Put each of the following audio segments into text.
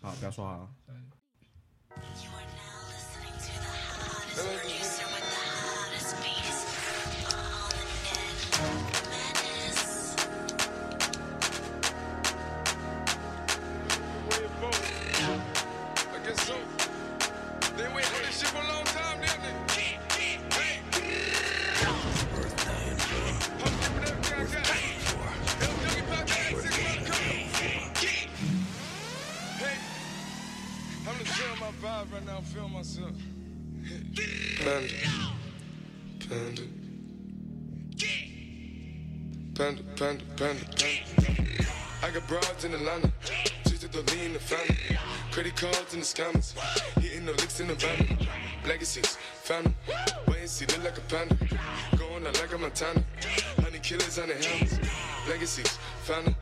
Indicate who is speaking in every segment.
Speaker 1: 好，不要说话了。
Speaker 2: I guess so. They wait for this shit for a long time, didn't they? Hey. Pump it with everything I got. LW Podcast, six month coming. Hey. I'm just feeling my vibe right now. I'm feeling myself. Panda. Panda. Panda, panda, panda, panda. I got broads in Atlanta. Just to the lean the family. Credit cards in the scammers. Hitting the licks in the van. Legacies, family. Wait and see, look like a panda. Going out like a Montana. Honey killers on the helmets. Legacies, family.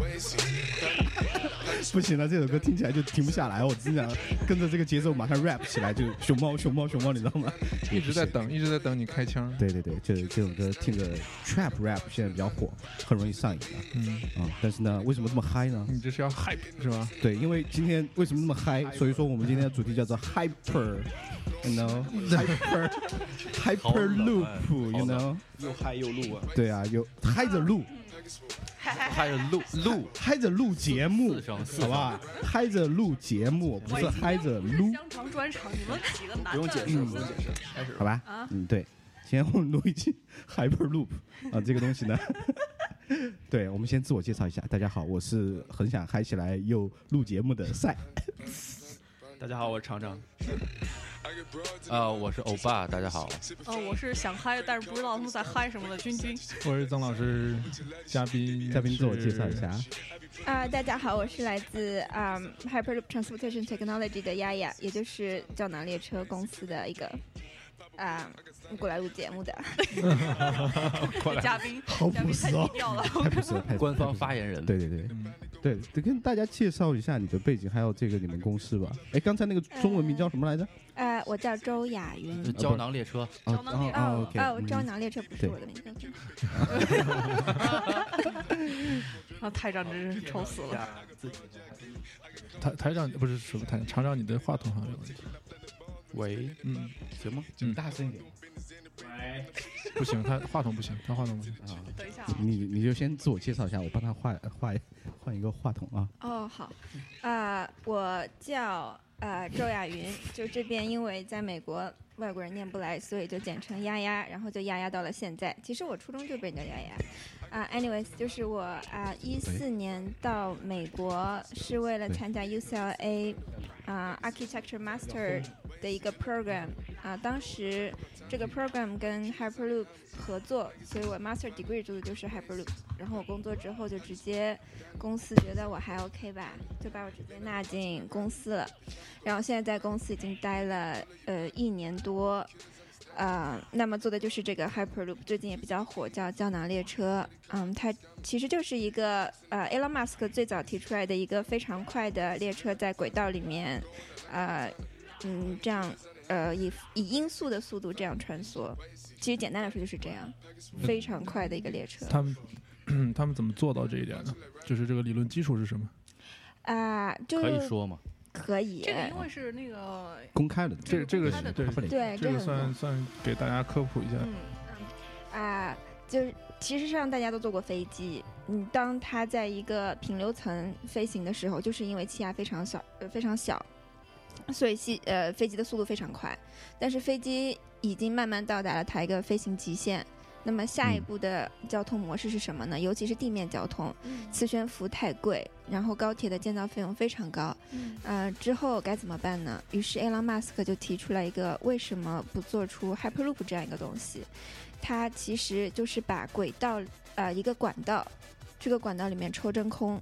Speaker 2: Wait and see, family.
Speaker 1: 不行了，这首歌听起来就停不下来，我真想跟着这个节奏马上 rap 起来，就熊猫熊猫熊猫，你知道吗？
Speaker 3: 嗯
Speaker 4: 一直在等，一直在等你开枪。
Speaker 1: 对对对，就是这首歌听着 trap rap 现在比较火，很容易上瘾的。嗯啊，但是呢，为什么这么嗨呢？
Speaker 4: 你这是要 hype 是吧？
Speaker 1: 对，因为今天为什么那么嗨？所以说我们今天的主题叫做 hyper，you know，hyper hyper
Speaker 3: 啊
Speaker 1: loop，you know，
Speaker 5: 又嗨又录啊，
Speaker 1: 对啊，有嗨着录，
Speaker 5: 嗨着录录，
Speaker 1: 嗨着录节目
Speaker 3: 四声，四
Speaker 1: 好吧？嗨着录节目，不是嗨着撸，
Speaker 6: 香肠专场，你们几个男的
Speaker 5: 不用解释，不用解释，开始
Speaker 1: 好吧？
Speaker 7: 啊
Speaker 1: 嗯，对。今天我们录一期 hyper loop 啊，这个东西 呢。对，我们先自我介绍一下，大家好，我是很想嗨起来又录节目的赛，
Speaker 5: 大家好，我是厂长，
Speaker 2: I got broads in
Speaker 3: 啊、我是欧巴，大家好。
Speaker 6: 嗯、我是想嗨，但是不知道他们在嗨什么的。君君，
Speaker 4: 我是曾老师，嘉宾
Speaker 1: 嘉宾自我介绍一下。
Speaker 7: 啊、大家好，我是来自啊、Hyperloop Transportation Technology 的丫丫，也就是胶囊列车公司的一个啊、过来录节目的。
Speaker 6: 嘉宾，
Speaker 1: 好朴
Speaker 6: 嘉宾
Speaker 1: 实
Speaker 6: 太
Speaker 1: 哦
Speaker 6: 低调了。
Speaker 1: 太不是了，太
Speaker 3: 官方发言人，
Speaker 1: 对对对，对，得跟大家介绍一下你的背景，还有这个你们公司吧。哎，刚才那个中文名叫什么来着？
Speaker 7: 呃，我叫周雅云。
Speaker 3: 就胶囊列车，
Speaker 1: 啊
Speaker 6: 胶囊列车
Speaker 1: 啊
Speaker 7: 哦
Speaker 1: ，OK，
Speaker 7: 哦，胶
Speaker 1: 嗯
Speaker 7: 囊列车不是我的名字。
Speaker 6: 啊，台长真是愁死了。
Speaker 5: 呀，自己的
Speaker 4: 台台长不是什么台长，厂长你的话筒好像有问题。
Speaker 3: 喂，
Speaker 4: 嗯，
Speaker 3: 行吗？
Speaker 4: 嗯
Speaker 5: 大声一点，
Speaker 4: 不行，他话筒不行，他话筒不行。
Speaker 6: 等一下啊，
Speaker 1: 你你就先自我介绍一下，我帮他换换换一个话筒啊。
Speaker 7: 哦，好，啊、我叫呃周雅云，就这边因为在美国外国人念不来，所以就简称丫丫，然后就丫丫到了现在。其实我初中就被人叫丫丫。啊、a n y w a y s 就是我啊，一、四年到美国是为了
Speaker 1: 对
Speaker 7: 参加 UCLA 啊、Architecture Master 的一个 program 啊、当时这个 program 跟 Hyperloop 合作，所以我 Master Degree 读的就是 Hyperloop。然后我工作之后就直接公司觉得我还 OK 吧，就把我直接纳进公司了。然后现在在公司已经待了呃一年多，呃，那么做的就是这个 Hyperloop，最近也比较火，叫胶囊列车。嗯，它其实就是一个呃 Elon Musk 最早提出来的一个非常快的列车在轨道里面，呃，嗯，这样呃以以音速的速度这样穿梭。其实简单来说就是这样，非常快的一个列车。
Speaker 4: 他们。嗯他们怎么做到这一点的？就是这个理论基础是什么？
Speaker 7: 啊、就
Speaker 3: 可以说吗？
Speaker 7: 可以，哎
Speaker 6: 这个因为是那个
Speaker 1: 公开了，
Speaker 4: 这这个
Speaker 6: 他的
Speaker 4: 对
Speaker 1: 不对，
Speaker 7: 对，
Speaker 4: 这个
Speaker 7: 很棒
Speaker 4: 算算给大家科普一下。
Speaker 7: 嗯啊、就是其实上大家都坐过飞机，嗯，当它在一个平流层飞行的时候，就是因为气压非常小，呃，非常小，所以系呃飞机的速度非常快，但是飞机已经慢慢到达了它一个飞行极限。那么下一
Speaker 1: 嗯
Speaker 7: 步的交通模式是什么呢？尤其是地面交通，磁悬浮太贵，然后高铁的建造费用非常高，
Speaker 6: 嗯
Speaker 7: 呃，之后该怎么办呢？于是 Elon Musk 就提出了一个为什么不做出 Hyperloop 这样一个东西？它其实就是把轨道呃一个管道，这个管道里面抽真空，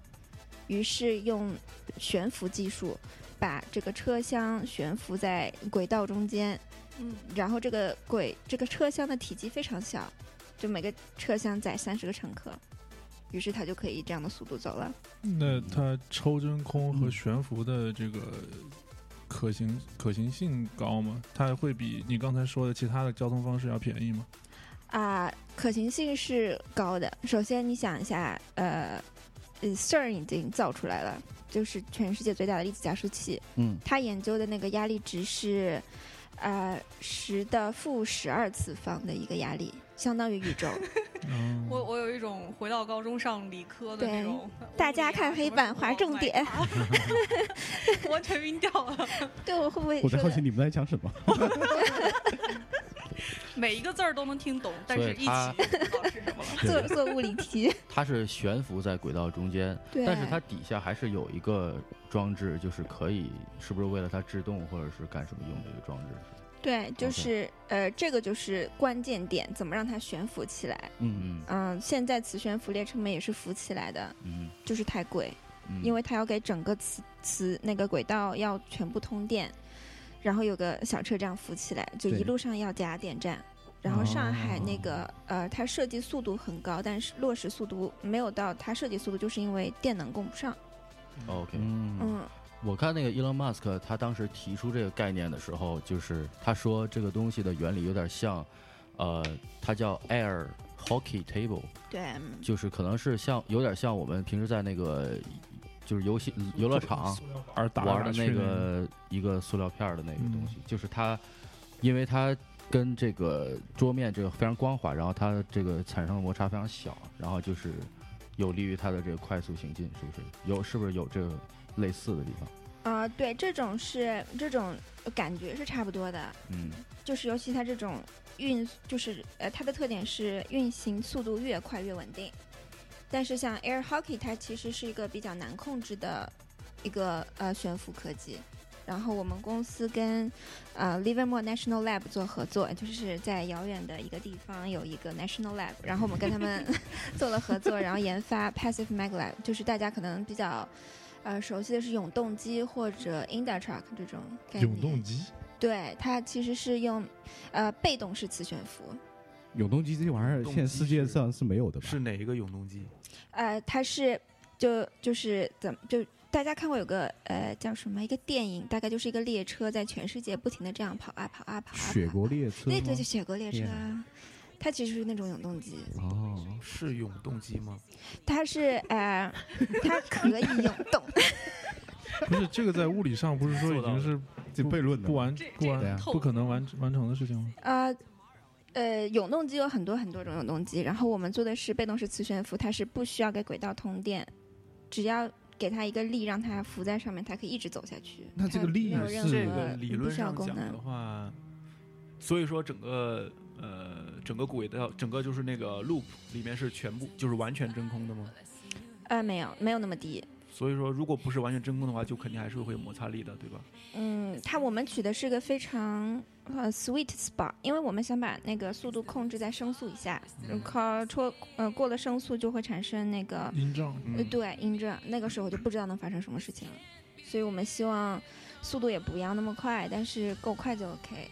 Speaker 7: 于是用悬浮技术把这个车厢悬浮在轨道中间，
Speaker 6: 嗯，
Speaker 7: 然后这个轨这个车厢的体积非常小，就每个车厢载三十个乘客，于是它就可以以这样的速度走了。
Speaker 4: 那它抽真空和悬浮的这个可行可行性高吗？它会比你刚才说的其他的交通方式要便宜吗？
Speaker 7: 啊、可行性是高的。首先，你想一下，呃，呃，CERN 已经造出来了，就是全世界最大的粒子加速器。
Speaker 1: 嗯
Speaker 7: 他研究的那个压力值是，呃，十的负十二次方的一个压力，相当于宇宙。
Speaker 4: 嗯
Speaker 6: 我我有一种回到高中上理科的
Speaker 7: 对
Speaker 6: 那种，
Speaker 7: 大家看黑板划重点，
Speaker 6: 完全晕掉了。
Speaker 7: 对我会不会
Speaker 1: 我
Speaker 7: 说
Speaker 1: 在好奇
Speaker 7: 的？
Speaker 1: 你们在讲什么。
Speaker 6: 每一个字儿都能听懂，但
Speaker 3: 所
Speaker 6: 是
Speaker 3: 以
Speaker 6: 一起
Speaker 3: 它
Speaker 6: 不知道是什么了。
Speaker 7: 做做物理题，
Speaker 3: 它是悬浮在轨道中间，
Speaker 7: 对，
Speaker 3: 但是它底下还是有一个装置，就是可以，是不是为了它制动或者是干什么用的一个装置？
Speaker 7: 对，就
Speaker 3: OK
Speaker 7: 是呃，这个就是关键点，怎么让它悬浮起来？
Speaker 1: 嗯，
Speaker 3: 嗯
Speaker 7: 嗯、现在磁悬浮列车门也是浮起来的，
Speaker 3: 嗯
Speaker 7: 就是太贵，
Speaker 3: 嗯，
Speaker 7: 因为它要给整个磁磁那个轨道要全部通电，然后有个小车这样浮起来，就
Speaker 1: 对哦
Speaker 7: 一路上要加电站。然后上海那个、呃，它设计速度很高，但是落实速度没有到它设计速度，就是因为电能供不上。
Speaker 3: OK，
Speaker 1: 嗯，
Speaker 7: 嗯，
Speaker 3: 我看那个 Elon Musk 他当时提出这个概念的时候，就是他说这个东西的原理有点像，呃，它叫 Air Hockey Table，
Speaker 7: 对，嗯
Speaker 3: 就是可能是像有点像我们平时在那个就是游戏游乐场
Speaker 4: 而打
Speaker 3: 玩的
Speaker 4: 那嗯
Speaker 3: 那个一个塑料片儿的那个东西，就是它，因为它跟这个桌面这个非常光滑，然后它这个产生的摩擦非常小，然后就是有利于它的这个快速行进，是不是？有是不是有这个类似的地方？
Speaker 7: 啊、对，这种是这种感觉是差不多的，
Speaker 3: 嗯
Speaker 7: 就是尤其它这种运，就是呃，它的特点是运行速度越快越稳定。但是像 air hockey，它其实是一个比较难控制的一个呃悬浮科技。然后我们公司跟呃 Livermore National Lab 做合作，就是在遥远的一个地方有一个 National Lab，然后我们跟他们做了合作，然后研发 Passive Maglev，就是大家可能比较呃熟悉的是永动机或者 Industruck 这种概念。
Speaker 4: 永动机，
Speaker 7: 对，它其实是用呃被动式磁悬浮，
Speaker 1: 永动机这玩意儿现在世界上是没有的吧？
Speaker 8: 是哪一个永动机？
Speaker 7: 呃，它是就就是怎么就大家看过有个呃叫什么一个电影，大概就是一个列车在全世界不停的这样跑啊跑啊跑啊，
Speaker 1: 雪国列车
Speaker 7: 对
Speaker 1: 吗？
Speaker 7: 对，就雪国列车
Speaker 1: 厉害
Speaker 7: 啊，它其实是那种永动机，
Speaker 1: 哦，
Speaker 8: 是永动机吗？
Speaker 7: 它是呃它可以永动，
Speaker 4: 不是这个在物理上不是说已经是
Speaker 1: 这悖论的
Speaker 4: 不完
Speaker 6: 这
Speaker 4: 不
Speaker 1: 对啊
Speaker 4: 完不可能完完成的事情吗？
Speaker 7: 呃。呃，永动机有很多很多种永动机，然后我们做的是被动式磁悬浮，它是不需要给轨道通电，只要给它一个力，让它浮在上面，它可以一直走下去。
Speaker 1: 那这个
Speaker 7: 它
Speaker 1: 力
Speaker 7: 没有任
Speaker 1: 是
Speaker 8: 这
Speaker 7: 何
Speaker 8: 个理
Speaker 7: 不
Speaker 8: 论
Speaker 7: 需要
Speaker 8: 上
Speaker 7: 功
Speaker 8: 讲
Speaker 7: 能
Speaker 8: 的话，所以说整个呃整个轨道整个就是那个 loop 里面是全部就是完全真空的吗？
Speaker 7: 呃，没有，没有那么低。
Speaker 8: 所以说如果不是完全真空的话，就肯定还是会有摩擦力的，对吧？
Speaker 7: 嗯，它我们取的是个非常呃 sweet spot，因为我们想把那个速度控制在声速以下，嗯靠超呃过了声速就会产生那个
Speaker 4: 音障
Speaker 7: 呃，对音震，那个时候就不知道能发生什么事情了。所以我们希望速度也不要那么快，但是够快就 OK。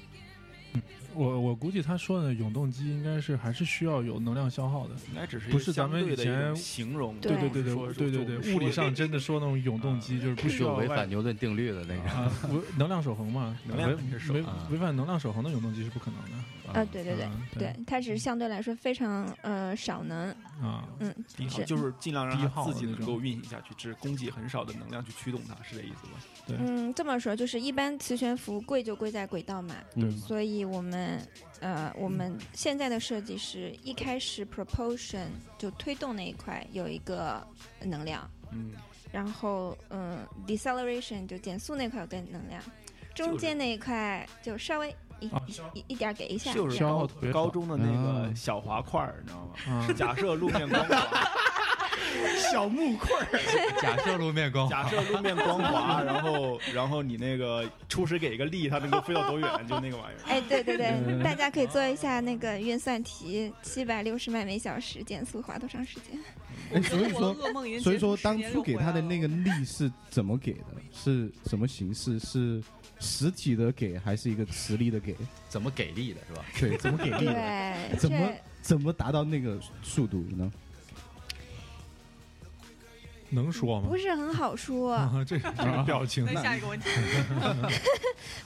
Speaker 4: 我我估计他说的永动机应该是还是需要有能量消耗的。
Speaker 8: 应该只是
Speaker 4: 不
Speaker 8: 不
Speaker 4: 是咱
Speaker 8: 相
Speaker 4: 们
Speaker 8: 对
Speaker 4: 以
Speaker 8: 的一
Speaker 4: 前
Speaker 8: 种形容，
Speaker 7: 对
Speaker 4: 对对
Speaker 8: 说
Speaker 4: 对对对对，物理上真的说那种永动机就是不需
Speaker 3: 就
Speaker 4: 要
Speaker 3: 违
Speaker 4: 外
Speaker 3: 反牛顿定律的那个。
Speaker 4: 啊，违能量守恒嘛，
Speaker 8: 能量
Speaker 4: 违
Speaker 8: 本身守
Speaker 4: 违
Speaker 3: 恒啊
Speaker 4: 违反能量守恒的永动机是不可能的。
Speaker 7: 啊、对对对、
Speaker 4: 啊
Speaker 7: 对，它只是相对来说非常呃少能，
Speaker 4: 啊，
Speaker 7: 嗯，
Speaker 8: 低耗
Speaker 7: 是
Speaker 8: 就是尽量让
Speaker 4: 低
Speaker 8: 它
Speaker 4: 耗
Speaker 8: 自
Speaker 4: 的
Speaker 8: 己
Speaker 4: 那
Speaker 8: 能
Speaker 4: 种
Speaker 8: 够运行下去，只供给很少的能量去驱动它，是这意思吧？
Speaker 7: 嗯，这么说就是一般磁悬浮贵就贵在轨道嘛，
Speaker 1: 对
Speaker 7: 所以我们呃我们现在的设计是一开始 propulsion 就推动那一块有一个能量，
Speaker 8: 嗯，
Speaker 7: 然后嗯、呃 deceleration 就减速那块有个能量，
Speaker 8: 是
Speaker 7: 中间那一块就稍微一、
Speaker 4: 啊
Speaker 7: 一一一点儿给一下，
Speaker 8: 就是
Speaker 7: 这样
Speaker 4: 消
Speaker 8: 高
Speaker 4: 耗特别少嗯
Speaker 8: 高中的那
Speaker 1: 啊
Speaker 8: 个小滑块儿，你知道吗？
Speaker 4: 啊
Speaker 8: 假设路面光滑， 小木块儿。
Speaker 3: 假设路面光
Speaker 8: 假设路面光滑，然后然后你那个初始给一个力，它能够飞到多远？就那个玩意儿。
Speaker 7: 哎，对对
Speaker 1: 嗯
Speaker 7: 对，大家可以做一下那个运算题，七百六十迈每小时减速花多长时间？
Speaker 1: 哎，所以
Speaker 6: 我
Speaker 1: 说
Speaker 6: 的噩梦已经
Speaker 1: 所以说
Speaker 6: 结束
Speaker 1: 当
Speaker 6: 十年
Speaker 1: 初
Speaker 6: 又
Speaker 1: 给他的
Speaker 6: 回来
Speaker 1: 那个力是怎么给的？是什么形式？是实体的给还是一个磁力的给？
Speaker 3: 怎么给力的是吧？
Speaker 1: 对，怎么给力的？
Speaker 7: 对，
Speaker 1: 怎么
Speaker 7: 这
Speaker 1: 怎么达到那个速度呢？
Speaker 4: 能说吗
Speaker 7: 不？是很好说。
Speaker 4: 啊，这个表情
Speaker 6: 那下一个问题，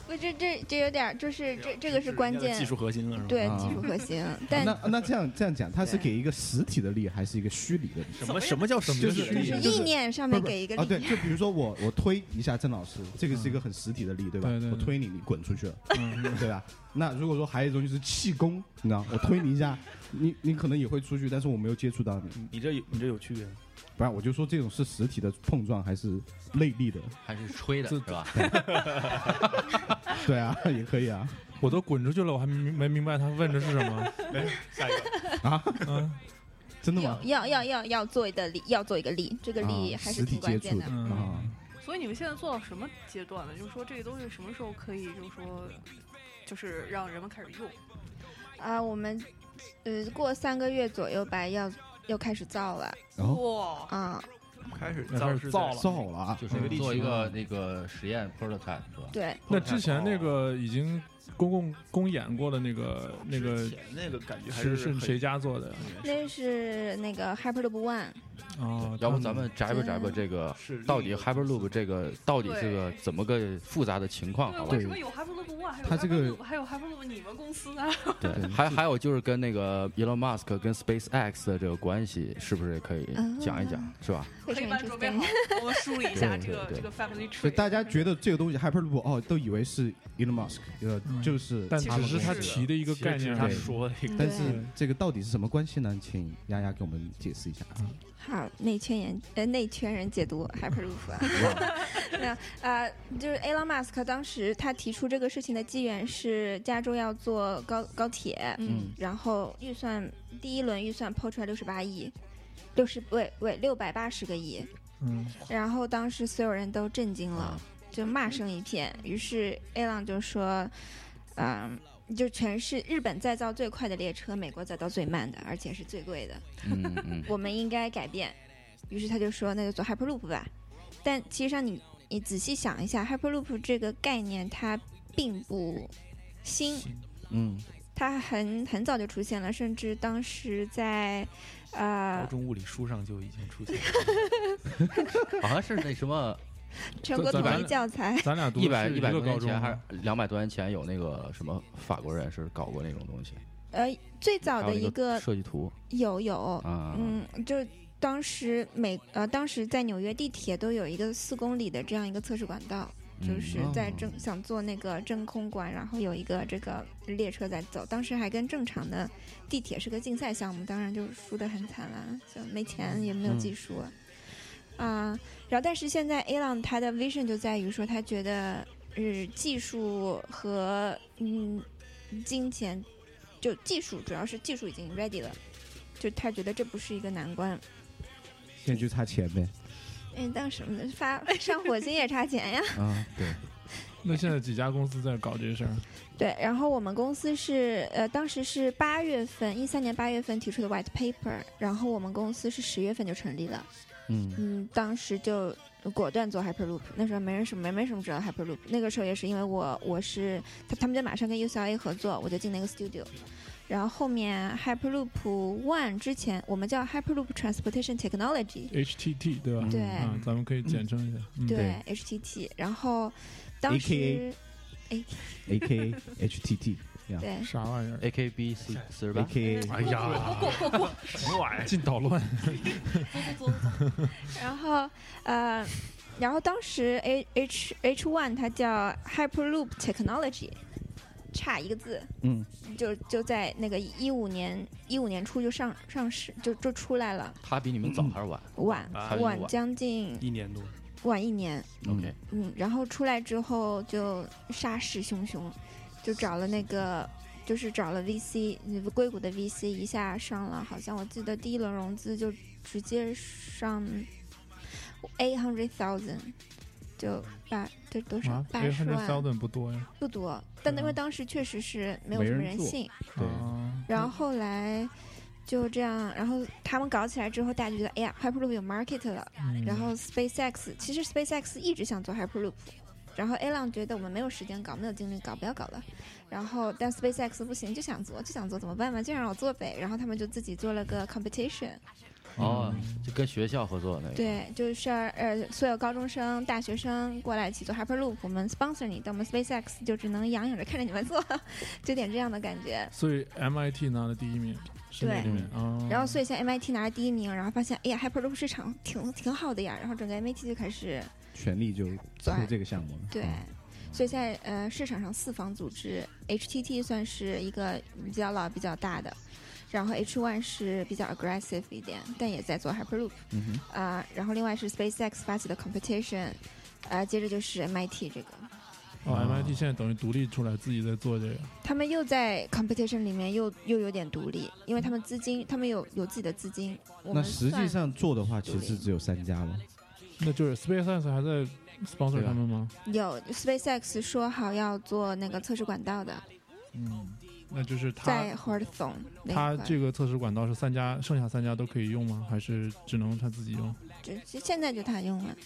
Speaker 7: 不，这这这有点儿，就是这这个是关键
Speaker 8: 技，术核心了，是吧？
Speaker 7: 对
Speaker 1: 啊
Speaker 7: 技术核心。 但
Speaker 1: 那那这样这样讲，它是
Speaker 7: 对
Speaker 1: 给一个实体的力还是一个虚拟的力？
Speaker 8: 什么什么叫什么
Speaker 1: 就是
Speaker 8: 实
Speaker 7: 就
Speaker 8: 力
Speaker 7: 是
Speaker 1: 就是
Speaker 7: 意念上面
Speaker 1: 不是
Speaker 7: 给一个
Speaker 1: 啊，
Speaker 7: 力
Speaker 1: 对，就比如说我我推一下郑老师，这个是一个很实体的力，嗯对吧
Speaker 4: 对对？对
Speaker 1: 我推你，你滚出去了，
Speaker 4: 嗯
Speaker 1: 对吧？那如果说还有一种就是气功，你知道，我推你一下，你你可能也会出去，但是我没有接触到你。
Speaker 8: 你这有你这有区别吗？
Speaker 1: 不然我就说这种是实体的碰撞还是内力的？
Speaker 3: 还是吹的
Speaker 4: 这
Speaker 3: 是吧？
Speaker 1: 对啊， 也可以啊。
Speaker 4: 我都滚出去了，我还没没明白他问的是什 么。啊
Speaker 8: 下一个，
Speaker 4: 嗯
Speaker 1: 真的吗
Speaker 7: 有？要要要要做的力，要做一个力，这个力
Speaker 1: 啊
Speaker 7: 还
Speaker 1: 实
Speaker 7: 是
Speaker 1: 体
Speaker 7: 挺关
Speaker 1: 接
Speaker 7: 键
Speaker 1: 触
Speaker 7: 的。
Speaker 1: 啊、
Speaker 4: 嗯，
Speaker 6: 所以你们现在做到什么阶段了？就是说这个东西什么时候可以，就是说，就是让人们开始用？
Speaker 7: 啊，我们呃过三个月左右吧，要要开始造了
Speaker 1: 然后
Speaker 6: 哇，
Speaker 7: 啊，
Speaker 8: 开始
Speaker 4: 那开
Speaker 8: 造
Speaker 4: 始
Speaker 8: 是
Speaker 4: 造
Speaker 8: 在
Speaker 1: 造了啊，
Speaker 3: 就是做一个那个实验 prototype 是吧？
Speaker 7: 对，
Speaker 4: 那之前那个已经公共公演过的那个那个
Speaker 8: 之前呃那个感觉还
Speaker 4: 是
Speaker 8: 很
Speaker 4: 是谁家做的呀？
Speaker 7: 那是那个 Hyperloop One，
Speaker 4: 啊，
Speaker 3: 要不
Speaker 4: 他
Speaker 3: 咱们摘吧摘吧
Speaker 7: 嗯
Speaker 3: 这个
Speaker 8: 是
Speaker 3: 到底 Hyperloop 这个到底这个
Speaker 6: 对
Speaker 3: 怎么个复杂的情况？
Speaker 6: 对，
Speaker 3: 好吧
Speaker 6: 为，什么有 Hyperloop One，还有
Speaker 1: 它这个
Speaker 6: Hyperloop，还有 Hyperloop 你们公司呢？
Speaker 3: 对，还还有就是跟那个 Elon Musk 跟 SpaceX 的这个关系，是不是也可
Speaker 7: 啊
Speaker 3: 以讲一讲，是吧？
Speaker 7: 非
Speaker 6: 可以
Speaker 7: 常
Speaker 6: 把它准备好
Speaker 7: interesting。，
Speaker 6: 我们梳理一下
Speaker 3: 对
Speaker 6: 这个
Speaker 3: 对
Speaker 6: 这个 family tree。
Speaker 1: 所以大家觉得这个东西 Hyperloop 哦，都以为是 Elon Musk，呃，
Speaker 4: 嗯
Speaker 1: 就是
Speaker 4: 但
Speaker 1: 他
Speaker 4: 只
Speaker 1: 们
Speaker 4: 是他
Speaker 1: 公司
Speaker 4: 提的一个概念
Speaker 8: 他
Speaker 4: 而
Speaker 1: 对
Speaker 4: 已，
Speaker 8: 说的一个
Speaker 1: 但
Speaker 7: 嗯对
Speaker 1: 是这个到底是什么关系呢？请丫丫给我们解释一下。
Speaker 7: 好，内圈人呃内圈人解读 Hyperloop 啊， 那呃就是 Elon Musk 当时他提出这个事情的机缘是加州要做高高铁，
Speaker 6: 嗯，
Speaker 7: 然后预算第一轮预算抛出来六十八亿，六十喂喂六百八十个亿，
Speaker 4: 嗯，
Speaker 7: 然后当时所有人都震惊了
Speaker 3: 啊，
Speaker 7: 就骂声一片。于是 A 浪就说：“嗯、就全是日本再造最快的列车，美国再造最慢的，而且是最贵的，
Speaker 3: 嗯嗯，
Speaker 7: 我们应该改变。”于是他就说：“那就做 Hyperloop 吧。”但其实上你你仔细想一下，Hyperloop 这个概念它并不新，
Speaker 3: 嗯，
Speaker 7: 它很很早就出现了，甚至当时在
Speaker 8: 高
Speaker 7: 呃
Speaker 8: 中物理书上就已经出现
Speaker 7: 啊
Speaker 3: 好
Speaker 8: 了。
Speaker 3: 像是那什么
Speaker 7: 全国
Speaker 4: 咱
Speaker 7: 统
Speaker 4: 咱
Speaker 7: 一教材，
Speaker 4: 咱俩读
Speaker 3: 一百
Speaker 4: 的是
Speaker 3: 一百
Speaker 4: 个高
Speaker 3: 多年
Speaker 4: 中啊
Speaker 3: 前还
Speaker 4: 吗，
Speaker 3: 是两百多年前有那个什么法国人是搞过那种东西，
Speaker 7: 呃，最早
Speaker 3: 还
Speaker 7: 的
Speaker 3: 有
Speaker 7: 一
Speaker 3: 那
Speaker 7: 个
Speaker 3: 设计图
Speaker 7: 有有，
Speaker 3: 啊，
Speaker 7: 嗯，就是当时美呃，当时在纽约地铁都有一个四公里的这样一个测试管道，就是在真、想做那个真空管，然后有一个这个列车在走。当时还跟正常的地铁是个竞赛项目，当然就是输得很惨了，就没钱也没有技术。啊、然后但是现在 A 浪他的 vision 就在于说，他觉得呃技术和嗯金钱，就技术主要是技术已经 ready 了，就他觉得这不是一个难关。
Speaker 1: 现在就差钱呗。
Speaker 7: 嗯，当什么的发上火星也差钱呀。
Speaker 3: 啊，对，
Speaker 4: 那现在几家公司在搞这事儿？
Speaker 7: 对，然后我们公司是呃，当时是八月份，一三年八月份提出的 white paper，然后我们公司是十月份就成立了。
Speaker 3: 嗯
Speaker 7: 嗯，当时就果断做 Hyperloop，那时候没人什么没没什么知道 Hyperloop，那个时候也是因为我我是他他们就马上跟 UCLA 合作，我就进那个 studio，然后后面 Hyperloop One 之前我们叫 Hyperloop Transportation Technology，
Speaker 4: HTT 对吧？
Speaker 7: 对
Speaker 4: 啊，咱们可以简称一下。嗯，
Speaker 7: 对 HTT，然后当
Speaker 1: AKA
Speaker 7: 时 A
Speaker 1: A K A H T T
Speaker 7: 对
Speaker 4: 啥玩意儿？
Speaker 3: ，A K B 四四十
Speaker 1: A
Speaker 3: 八，
Speaker 1: K A
Speaker 4: 哎呀，什么玩意儿？进捣乱。
Speaker 7: 然后呃，然后当时 H H H One 它叫 Hyperloop Technology，差一个字，
Speaker 1: 嗯，
Speaker 7: 就就在那个一五年一五年初就上上市就就出来了，
Speaker 3: 他比你们早还是晚
Speaker 7: 晚
Speaker 8: 啊
Speaker 3: 还是嗯晚
Speaker 7: 将近
Speaker 8: 一年多，
Speaker 7: 晚一年，
Speaker 3: ？OK，
Speaker 7: 嗯，然后出来之后就杀势汹汹，就找了那个。就是找了 VC，硅谷的 VC 一下上了，好像我记得第一轮融资就直接上 eight hundred thousand，就八这多少
Speaker 4: 啊
Speaker 7: 八
Speaker 4: ，eight
Speaker 7: 十
Speaker 4: hundred
Speaker 7: 万
Speaker 4: thousand 嗯不多呀。
Speaker 7: 不多，但因为当时确实是没有
Speaker 1: 没
Speaker 7: 什么
Speaker 1: 人
Speaker 7: 人
Speaker 1: 做
Speaker 7: 信，
Speaker 1: 对
Speaker 4: 啊
Speaker 7: 然后后来就这样，然后他们搞起来之后，大家觉得哎呀，Hyperloop 有 market 了，
Speaker 4: 嗯
Speaker 7: 然后 SpaceX 其实 SpaceX 一直想做 Hyperloop，然后 Elon 觉得我们没有时间搞，没有精力搞，不要搞了。然后但 SpaceX 不行，就想做，就想做，怎么办嘛？就让我做呗。然后他们就自己做了个 competition，
Speaker 3: 哦，就跟学校合作的那个。
Speaker 7: 对，就是呃，所有高中生、大学生过来一起做 Hyperloop，我们 sponsor 你，但我们 SpaceX 就只能仰仰着看着你们做， 就有点这样的感觉。
Speaker 4: 所以 MIT 拿了第一名，是那
Speaker 7: 对
Speaker 4: 里面啊。
Speaker 7: 然后，所以像 MIT 拿了第一名，然后发现，哎呀，Hyperloop 市场挺挺好的呀，然后整个 MIT 就开始
Speaker 1: 全力就做
Speaker 7: 对
Speaker 1: 这个项目了。啊
Speaker 7: 对，所以在呃市场上四方组织，HTT 算是一个比较老、比较大的，然后 H1 是比较 aggressive 一点，但也在做 Hyperloop
Speaker 1: 嗯哼，
Speaker 7: 啊、然后另外是 SpaceX 发起的 Competition，呃，接着就是 MIT 这个，
Speaker 4: 哦，MIT 现在等于独立出来，自己在做这个。
Speaker 7: 他们又在 Competition 里面又又有点独立，因为他们资金，他们有有自己的资金，
Speaker 1: 那
Speaker 7: 我们
Speaker 1: 实际
Speaker 7: 算
Speaker 1: 上做的话，其实只有三家了。
Speaker 4: 那就是 SpaceX 还在 sponsor
Speaker 3: 对吧
Speaker 4: 他们吗？
Speaker 7: 有 SpaceX 说好要做那个测试管道的，
Speaker 4: 嗯，那就是他
Speaker 7: 在 h a r d h o n 那
Speaker 4: 他
Speaker 7: 一块
Speaker 4: 这个测试管道是三家，剩下三家都可以用吗？还是只能他自己用？
Speaker 7: 就就现在就他用了，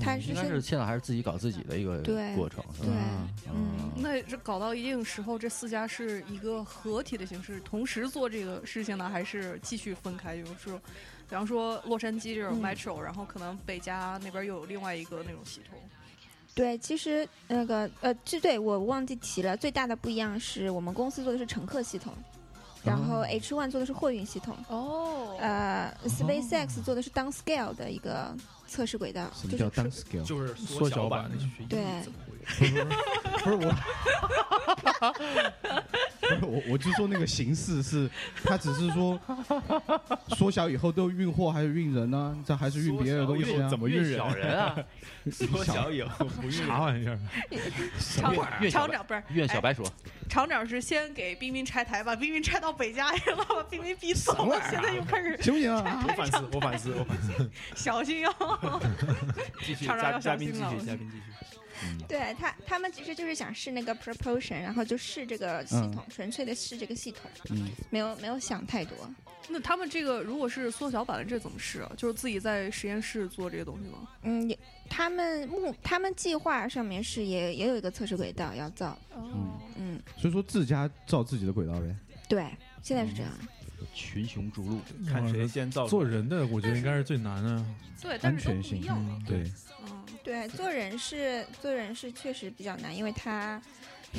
Speaker 7: 他是
Speaker 3: 应该
Speaker 7: 现
Speaker 3: 是现在还是自己搞自己的一个
Speaker 7: 对
Speaker 3: 过程，是
Speaker 7: 对
Speaker 3: 吧？，
Speaker 1: 哦
Speaker 7: 嗯
Speaker 3: 嗯，
Speaker 6: 那这搞到一定时候，这四家是一个合体的形式，同时做这个事情呢，还是继续分开？就是，比方说洛杉矶这种
Speaker 7: 嗯
Speaker 6: Metro，、然后可能北加那边又有另外一个那种系统。
Speaker 7: 对，其实那个呃，这对我忘记提了，最大的不一样是我们公司做的是乘客系统，然后
Speaker 1: 啊
Speaker 7: H One 做的是货运系统，
Speaker 6: 哦
Speaker 7: 呃，SpaceX 做的是 down scale 的一个测试轨道，
Speaker 1: 什
Speaker 7: 就
Speaker 1: 么叫
Speaker 7: 是
Speaker 1: down scale？
Speaker 8: 就是
Speaker 4: 缩小版
Speaker 8: 的
Speaker 4: 的
Speaker 8: 学
Speaker 7: 对
Speaker 8: 怎么回事？
Speaker 1: 不是我，不是 我，我就说那个形式是，它只是说缩小以后都运货还是运人呢、这还是运别的东西啊？
Speaker 4: 怎么运人
Speaker 8: 小人 啊？ 缩 小以后不运
Speaker 4: 啥玩意儿？
Speaker 6: 厂
Speaker 3: 越越小
Speaker 6: 厂长
Speaker 3: 白
Speaker 6: 不哎是
Speaker 3: 愿小白鼠，
Speaker 6: 厂长是先给冰冰拆台，把冰冰拆到北加，然后把冰冰逼走了，现在又开 始
Speaker 1: 行不行啊？
Speaker 8: 我反思，我反思，我反思。
Speaker 6: 小心哦。
Speaker 8: 继续，
Speaker 6: 厂长
Speaker 8: 嘉
Speaker 6: 要
Speaker 8: 嘉
Speaker 6: 小
Speaker 8: 宾
Speaker 6: 心
Speaker 8: 继
Speaker 6: 了
Speaker 8: 续，嘉宾继续。
Speaker 7: 对他他们其实就是想试那个 propulsion，然后就试这个系统，纯粹的试这个系统，
Speaker 1: 嗯，
Speaker 7: 没有没有想太多，
Speaker 6: 那他们这个如果是缩小版的，这怎么试啊？就是自己在实验室做这个东西吗？
Speaker 7: 嗯，也他们目他们计划上面是也也有一个测试轨道要造，
Speaker 1: 哦
Speaker 7: 嗯，
Speaker 1: 所以说自家造自己的轨道呗。
Speaker 7: 对，现在是这样。
Speaker 3: 群雄逐鹿，
Speaker 8: 看谁先造
Speaker 4: 哦做人的，我觉得应该是最难的。
Speaker 6: 对，但
Speaker 1: 安
Speaker 6: 是都
Speaker 1: 全
Speaker 6: 不
Speaker 1: 性
Speaker 6: 一样啊。
Speaker 1: 对，
Speaker 6: 嗯，
Speaker 7: 对，做人事做人事确实比较难，因为它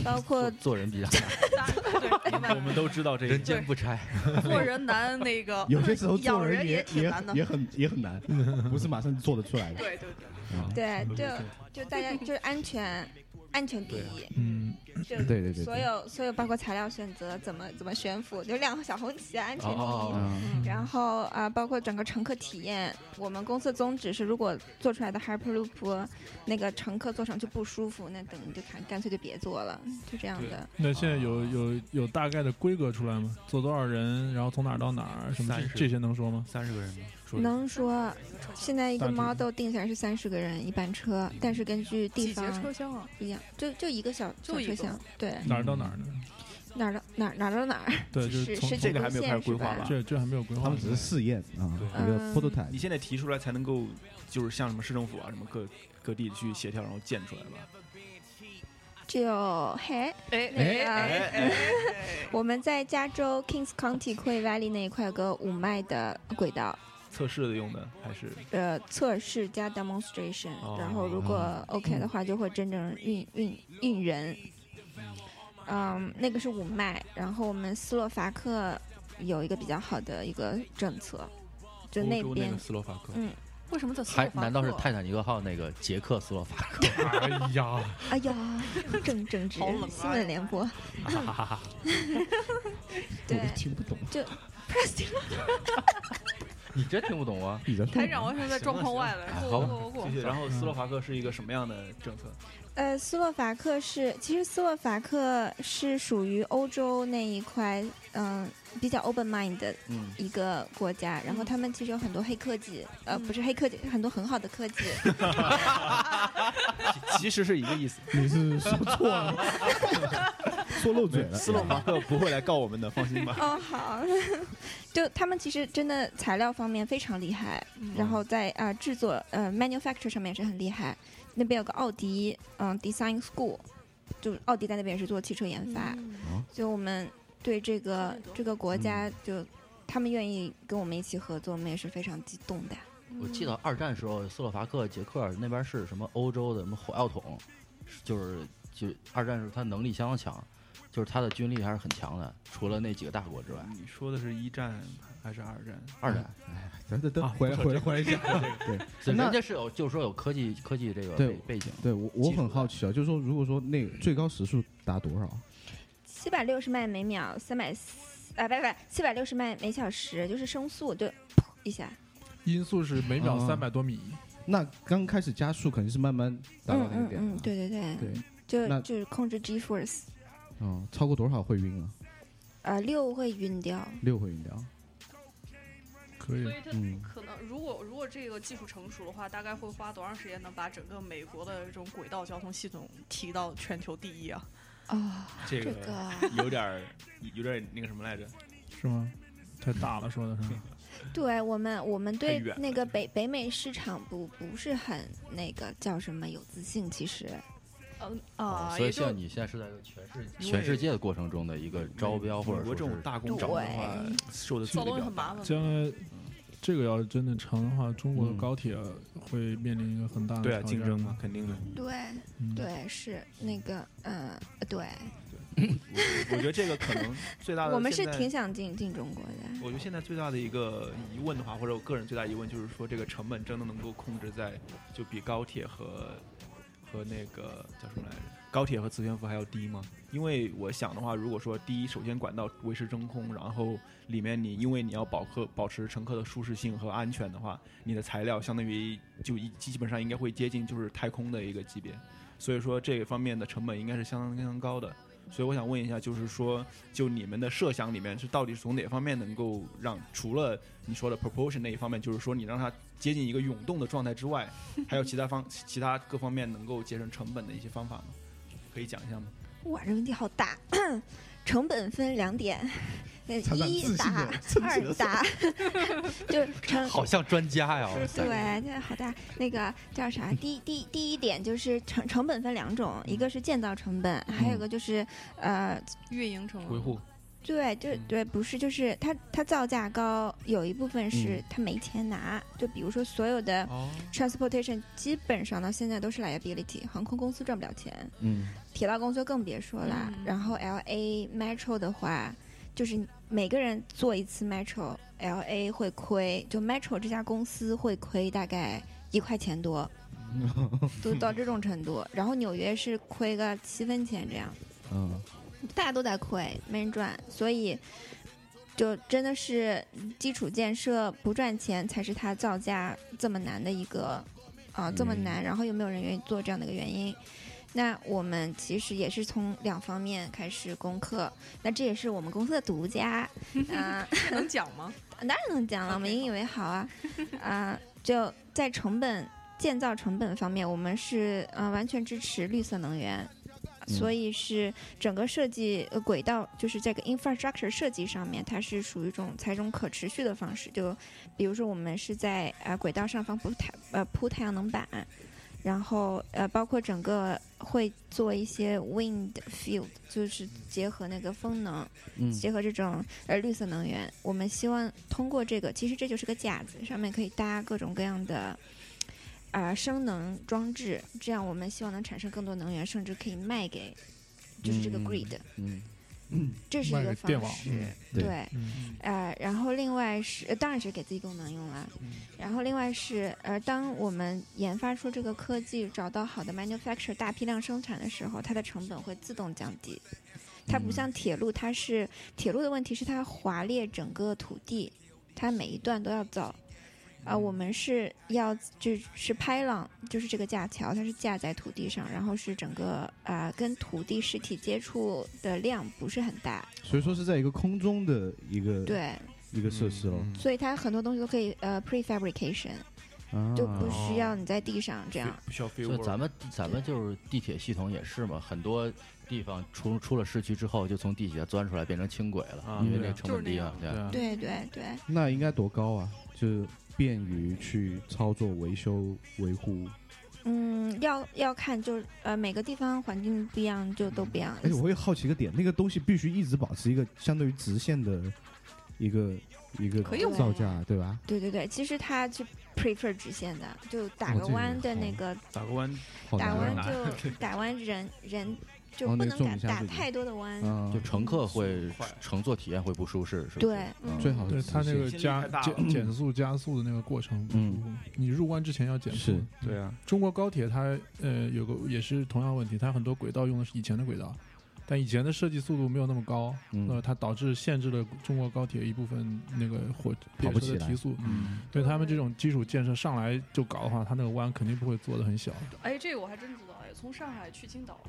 Speaker 7: 包括
Speaker 3: 做人比较难，
Speaker 6: 当然对，明白
Speaker 8: 我们 都知道这一
Speaker 3: 人
Speaker 8: 点
Speaker 3: 间。不拆。
Speaker 6: 做人难，那个
Speaker 1: 有些时候
Speaker 6: 咬
Speaker 1: 做
Speaker 6: 人
Speaker 1: 也
Speaker 6: 挺难的
Speaker 1: 也。很也很难，不是马上做得出来的。
Speaker 6: 对对对，
Speaker 1: 啊
Speaker 7: 对，就就大家就是安全，安全第
Speaker 3: 啊
Speaker 7: 一，
Speaker 4: 嗯，
Speaker 7: 就
Speaker 1: 对对对，
Speaker 7: 所有所有包括材料选择怎么怎么悬浮，就两个小红旗啊，安全第一。
Speaker 3: 哦
Speaker 1: 嗯，
Speaker 7: 然后啊、包括整个乘客体验，我们公司宗旨是，如果做出来的 Hyperloop 那个乘客坐上去不舒服，那等就干干脆就别做了，就这样的。
Speaker 4: 那现在有有有大概的规格出来吗？做多少人？然后从哪儿到哪儿？什么这
Speaker 8: 30
Speaker 4: 这些能说吗？
Speaker 8: 三十个人吗？说
Speaker 7: 能说现在一个
Speaker 4: 大致
Speaker 7: model 定下来是三十个人一班车，但是根据地
Speaker 6: 几
Speaker 7: 方
Speaker 6: 节车厢啊？
Speaker 7: 不一样，就就一个小
Speaker 6: 就
Speaker 7: 小
Speaker 6: 一
Speaker 7: 车
Speaker 6: 个
Speaker 7: 厢，对，
Speaker 4: 哪儿到哪儿呢？
Speaker 7: 哪儿到哪儿哪儿到哪儿，
Speaker 4: 对，就是是从
Speaker 7: 十
Speaker 4: 从
Speaker 7: 九
Speaker 8: 这个还
Speaker 7: 路
Speaker 8: 没有开
Speaker 7: 线
Speaker 8: 始规
Speaker 7: 是
Speaker 8: 划
Speaker 7: 吧
Speaker 8: 吧？
Speaker 4: 这这还没有规划。
Speaker 1: 他们只是试验啊，
Speaker 8: 对
Speaker 1: 一个
Speaker 7: 嗯
Speaker 1: prototype
Speaker 8: 你。现在提出来才能够，就是像什么市政府啊，什么各各地去协调，然后建出来吧。
Speaker 7: 只有嘿，
Speaker 6: 哎
Speaker 7: 哎
Speaker 6: 哎哎哎！
Speaker 7: 我们在加州 Kings County Quay Valley 那一块有个五迈的轨道，
Speaker 8: 测试的用的还是
Speaker 7: 呃，测试加 demonstration，
Speaker 8: 哦
Speaker 7: 然后如果 OK 的话，就会真正运运运人。嗯，那个是五迈，然后我们斯洛伐克有一个比较好的一个政策，就
Speaker 8: 欧
Speaker 7: 那
Speaker 8: 洲那
Speaker 7: 边
Speaker 8: 个斯洛伐克？
Speaker 6: 为什么在斯洛
Speaker 3: 还
Speaker 6: 伐克
Speaker 3: 难道是泰坦尼克号那个捷克斯洛 伐克？
Speaker 4: 哎呀，
Speaker 7: 哎呀，正正直，
Speaker 6: 好冷啊
Speaker 7: 新闻 联播。对
Speaker 1: 我都听不懂
Speaker 3: 你真听不懂 啊？
Speaker 1: 你在说什么。
Speaker 6: 台长完全在状况外了？
Speaker 3: 行了哎
Speaker 6: 过
Speaker 3: 行了
Speaker 6: 过过过
Speaker 8: 继续，。然后斯洛伐克是一个什么样的政策？
Speaker 7: 呃，斯洛伐克是，其实斯洛伐克是属于欧洲那一块，嗯、比较 open mind 的
Speaker 3: 嗯，
Speaker 7: 一个国家。然后他们其实有很多黑科技，呃，
Speaker 6: 嗯
Speaker 7: 不是黑科技，很多很好的科技。
Speaker 8: 其实是一个意思。
Speaker 1: 你是说错了，说漏嘴了。
Speaker 8: 斯洛伐克不会来告我们的，放心吧。
Speaker 7: 哦，好， 就他们其实真的材料方面非常厉害，
Speaker 6: 嗯
Speaker 7: 然
Speaker 1: 嗯
Speaker 7: 后在啊、呃制作呃 manufacture 上面也是很厉害。那边有个奥迪，嗯、design school，就是奥迪
Speaker 1: 嗯
Speaker 7: 在那边也是做汽车研发。
Speaker 6: 嗯
Speaker 1: 嗯
Speaker 7: 就我们对这个这个国家就他们愿意跟我们一起合作，我们也是非常激动的。
Speaker 3: 我记得二战时候，斯洛伐克、捷克那边是什么欧洲的什么火药桶，是就是就二战时候他能力相当强，就是他的军力还是很强的，除了那几个大国之外，
Speaker 8: 你说的是一战还是二战？
Speaker 3: 二战
Speaker 1: 等等等，
Speaker 8: 啊
Speaker 1: 回来回来回来讲。
Speaker 3: 所以
Speaker 1: 那
Speaker 3: 人家是有就是说有科技科技这个
Speaker 1: 对
Speaker 3: 背背景，
Speaker 1: 对我我很好奇啊，就是说，如果说那个最高时速达多少？
Speaker 7: 七百六十迈每秒，三百啊，不不，七百六十迈每小时，就是升速就噗一下。
Speaker 4: 音速是每秒
Speaker 1: 啊
Speaker 4: 三百多米，
Speaker 1: 那刚开始加速肯定是慢慢达到
Speaker 7: 嗯
Speaker 1: 那个
Speaker 7: 嗯
Speaker 1: 点。
Speaker 7: 嗯，对对对，
Speaker 1: 对，那
Speaker 7: 就就是控制 G force，
Speaker 1: 嗯，超过多少会晕啊？
Speaker 7: 呃，六会晕掉。
Speaker 1: 六会晕掉。
Speaker 4: 可
Speaker 6: 所
Speaker 4: 以
Speaker 6: 以它
Speaker 1: 嗯
Speaker 6: 可能如果如果这个技术成熟的话，大概会花多长时间能把整个美国的这种轨道交通系统提到全球第一啊？
Speaker 7: 哦，
Speaker 8: 这
Speaker 7: 这
Speaker 8: 个
Speaker 7: 个
Speaker 8: 有点儿有点儿那个什么来着？
Speaker 4: 是吗？太大了，说的是。
Speaker 7: 对我们我们对
Speaker 8: 远
Speaker 7: 那个北北美市场不不是很那个叫什么有自信，其实
Speaker 6: 嗯啊，
Speaker 3: 哦所以
Speaker 6: 也就
Speaker 3: 像你现在是在一个全世
Speaker 8: 因为
Speaker 3: 全世界的过程中的一个招标或者
Speaker 8: 美
Speaker 3: 说
Speaker 8: 国这种
Speaker 3: 是
Speaker 8: 大工厂的话，受的阻
Speaker 6: 造
Speaker 8: 力
Speaker 6: 东西
Speaker 8: 比较
Speaker 6: 很麻
Speaker 8: 大。
Speaker 6: 烦的。
Speaker 4: 将来这个要是真的成的话，中国的高铁会面临一个很大的
Speaker 8: 对啊，
Speaker 4: 挑
Speaker 8: 竞
Speaker 4: 战
Speaker 8: 争嘛，。肯定的。
Speaker 7: 对
Speaker 4: 嗯，
Speaker 7: 对是那个嗯、呃对，
Speaker 8: 我觉得这个可能最大的，
Speaker 7: 我们是挺。想进进中国的。
Speaker 8: 我觉得现在最大的一个疑问的话，或者我个人最大疑问就是说，这个成本真的能够控制在就比高铁和和那个叫什么来着？高铁和磁悬浮还要低吗？因为我想的话，如果说第一，首先管道维持真空，然后里面你因为你要保客保持乘客的舒适性和安全的话，你的材料相当于就一基本上应该会接近就是太空的一个级别，所以说这方面的成本应该是相当相当高的。所以我想问一下，就是说，就你们的设想里面是到底从哪方面能够让除了你说的 proportion 那一方面，就是说你让它接近一个涌动的状态 之外，还有其他方其他各方面能够节省成本的一些方法吗？可以讲一下吗？
Speaker 7: 哇，这问题好大， 成本分两点，呃
Speaker 1: 灿烂
Speaker 7: 一
Speaker 1: 自信
Speaker 7: 答
Speaker 1: 的
Speaker 7: 二答， 就是成
Speaker 3: 好像专家呀，哇塞
Speaker 7: 对，这好大。那个叫啥？第一第一第一点就是成成本分两种，一个是建造成本，还有一个就是呃，
Speaker 6: 运营成本
Speaker 8: 护
Speaker 7: 对，就
Speaker 8: 嗯
Speaker 7: 对，不是，就是它它造价高，有一部分是
Speaker 1: 嗯
Speaker 7: 它没钱拿。就比如说所有的
Speaker 8: 哦，
Speaker 7: transportation，基本上到现在都是 liability，航空公司赚不了钱，
Speaker 1: 嗯
Speaker 7: 铁道公司更别说了。
Speaker 6: 嗯
Speaker 7: 然后 LA Metro 的话，就是每个人坐一次 Metro，LA 会亏，就 Metro 这家公司会亏大概一块钱多。都到这种程度。然后纽约是亏个七分钱这样，
Speaker 1: 嗯，
Speaker 7: 大家都在亏，没人赚，所以就真的是基础建设不赚钱才是它造价这么难的一个啊、这么
Speaker 1: 嗯
Speaker 7: 难，然后又没有人愿意做这样的一个原因。那我们其实也是从两方面开始攻克，那这也是我们公司的独家，啊、
Speaker 6: 能讲吗？
Speaker 7: 当然能讲了，我们
Speaker 6: OK，
Speaker 7: 引以为豪啊！啊、就在成本建造成本方面，我们是呃完全支持绿色能源，所以是整个设计、呃、轨道就是这个 infrastructure 设计上面，它是属于一种采用可持续的方式。就比如说我们是在呃轨道上方铺太呃铺太阳能板，然后呃包括整个会做一些 wind field，就是结合那个风能。
Speaker 3: 嗯
Speaker 7: 结合这种呃绿色能源，我们希望通过这个，其实这就是个架子，上面可以搭各种各样的啊、呃生能装置，这样我们希望能产生更多能源，甚至可以卖给就是这个
Speaker 1: 嗯
Speaker 7: grid，、
Speaker 1: 嗯
Speaker 7: 这是一
Speaker 4: 卖
Speaker 7: 个
Speaker 4: 给
Speaker 7: 方
Speaker 4: 电网
Speaker 7: 式。
Speaker 4: 嗯
Speaker 1: 对
Speaker 7: 对，
Speaker 4: 嗯，
Speaker 7: 呃，然后另外是，呃当然是给自己供能用啦。然后另外是，呃，当我们研发出这个科技，找到好的 manufacturer，大批量生产的时候，它的成本会自动降低。它不
Speaker 1: 嗯
Speaker 7: 像铁路，它是铁路的问题是它划裂整个土地，它每一段都要造。啊、我们是要就是拍浪，就是这个架桥，它是架在土地上，然后是整个啊、呃跟土地实体接触的量不是很大，
Speaker 1: 所以说是在一个空中的一个
Speaker 7: 对，
Speaker 1: 一个设施喽，
Speaker 7: 所以它很多东西都可以呃 prefabrication，
Speaker 1: 啊
Speaker 7: 就不需要你在地上这样。
Speaker 8: 不需要
Speaker 3: 就
Speaker 8: field work
Speaker 3: 咱们咱们就是地铁系统也是嘛，很多地方出出了市区之后，就从地铁钻出来变成轻轨了，
Speaker 8: 啊
Speaker 3: 因为
Speaker 4: 对
Speaker 3: 这
Speaker 4: 啊
Speaker 3: 成本低啊，
Speaker 4: 对
Speaker 3: 对啊
Speaker 4: 啊，
Speaker 7: 对对对，
Speaker 1: 那应该多高啊？就是便于去操作、维修、维护。
Speaker 7: 嗯，要要看就是呃每个地方环境不
Speaker 1: 哎
Speaker 7: 一样，就都不一样。
Speaker 1: 而且我也好奇一个点，那个东西必须一直保持一个相对于直线的一个一个
Speaker 6: 可以
Speaker 1: 造价，对吧？
Speaker 7: 对对对，其实它是 prefer 直线的，就
Speaker 1: 哦
Speaker 7: 打个
Speaker 1: 这个
Speaker 7: 弯的那
Speaker 1: 好
Speaker 7: 个，
Speaker 8: 打个弯，
Speaker 1: 好
Speaker 7: 打
Speaker 1: 难
Speaker 7: 弯
Speaker 1: 啊
Speaker 7: 就打弯人人就
Speaker 1: 哦
Speaker 7: 不
Speaker 1: 那
Speaker 7: 能
Speaker 1: 重
Speaker 7: 打
Speaker 1: 一下
Speaker 7: 打
Speaker 1: 自己
Speaker 7: 太多的弯，
Speaker 1: 啊
Speaker 3: 就，乘客会
Speaker 8: 快
Speaker 3: 乘坐体验会不舒适，是吧？
Speaker 7: 对，嗯
Speaker 3: 嗯，
Speaker 1: 最好
Speaker 4: 对
Speaker 1: 是
Speaker 4: 它那个
Speaker 8: 心力
Speaker 4: 加
Speaker 8: 太大了
Speaker 4: 减减速加速的那个过程不舒服，你入关之前要减速。
Speaker 1: 嗯
Speaker 4: 嗯
Speaker 1: 是
Speaker 8: 对啊，
Speaker 4: 中国高铁它呃有个也是同样问题，它很多轨道用的是以前的轨道，但以前的设计速度没有那么高，
Speaker 3: 嗯
Speaker 4: 呃，它导致限制了中国高铁一部分那个火列
Speaker 1: 跑不
Speaker 4: 车
Speaker 1: 起
Speaker 4: 的
Speaker 1: 来
Speaker 4: 提速。
Speaker 8: 嗯，
Speaker 4: 对他们这种基础建设上来就搞的话，它那个弯肯定不会做的很小。
Speaker 6: 哎，这个我还真不知道。哎，从上海去青岛，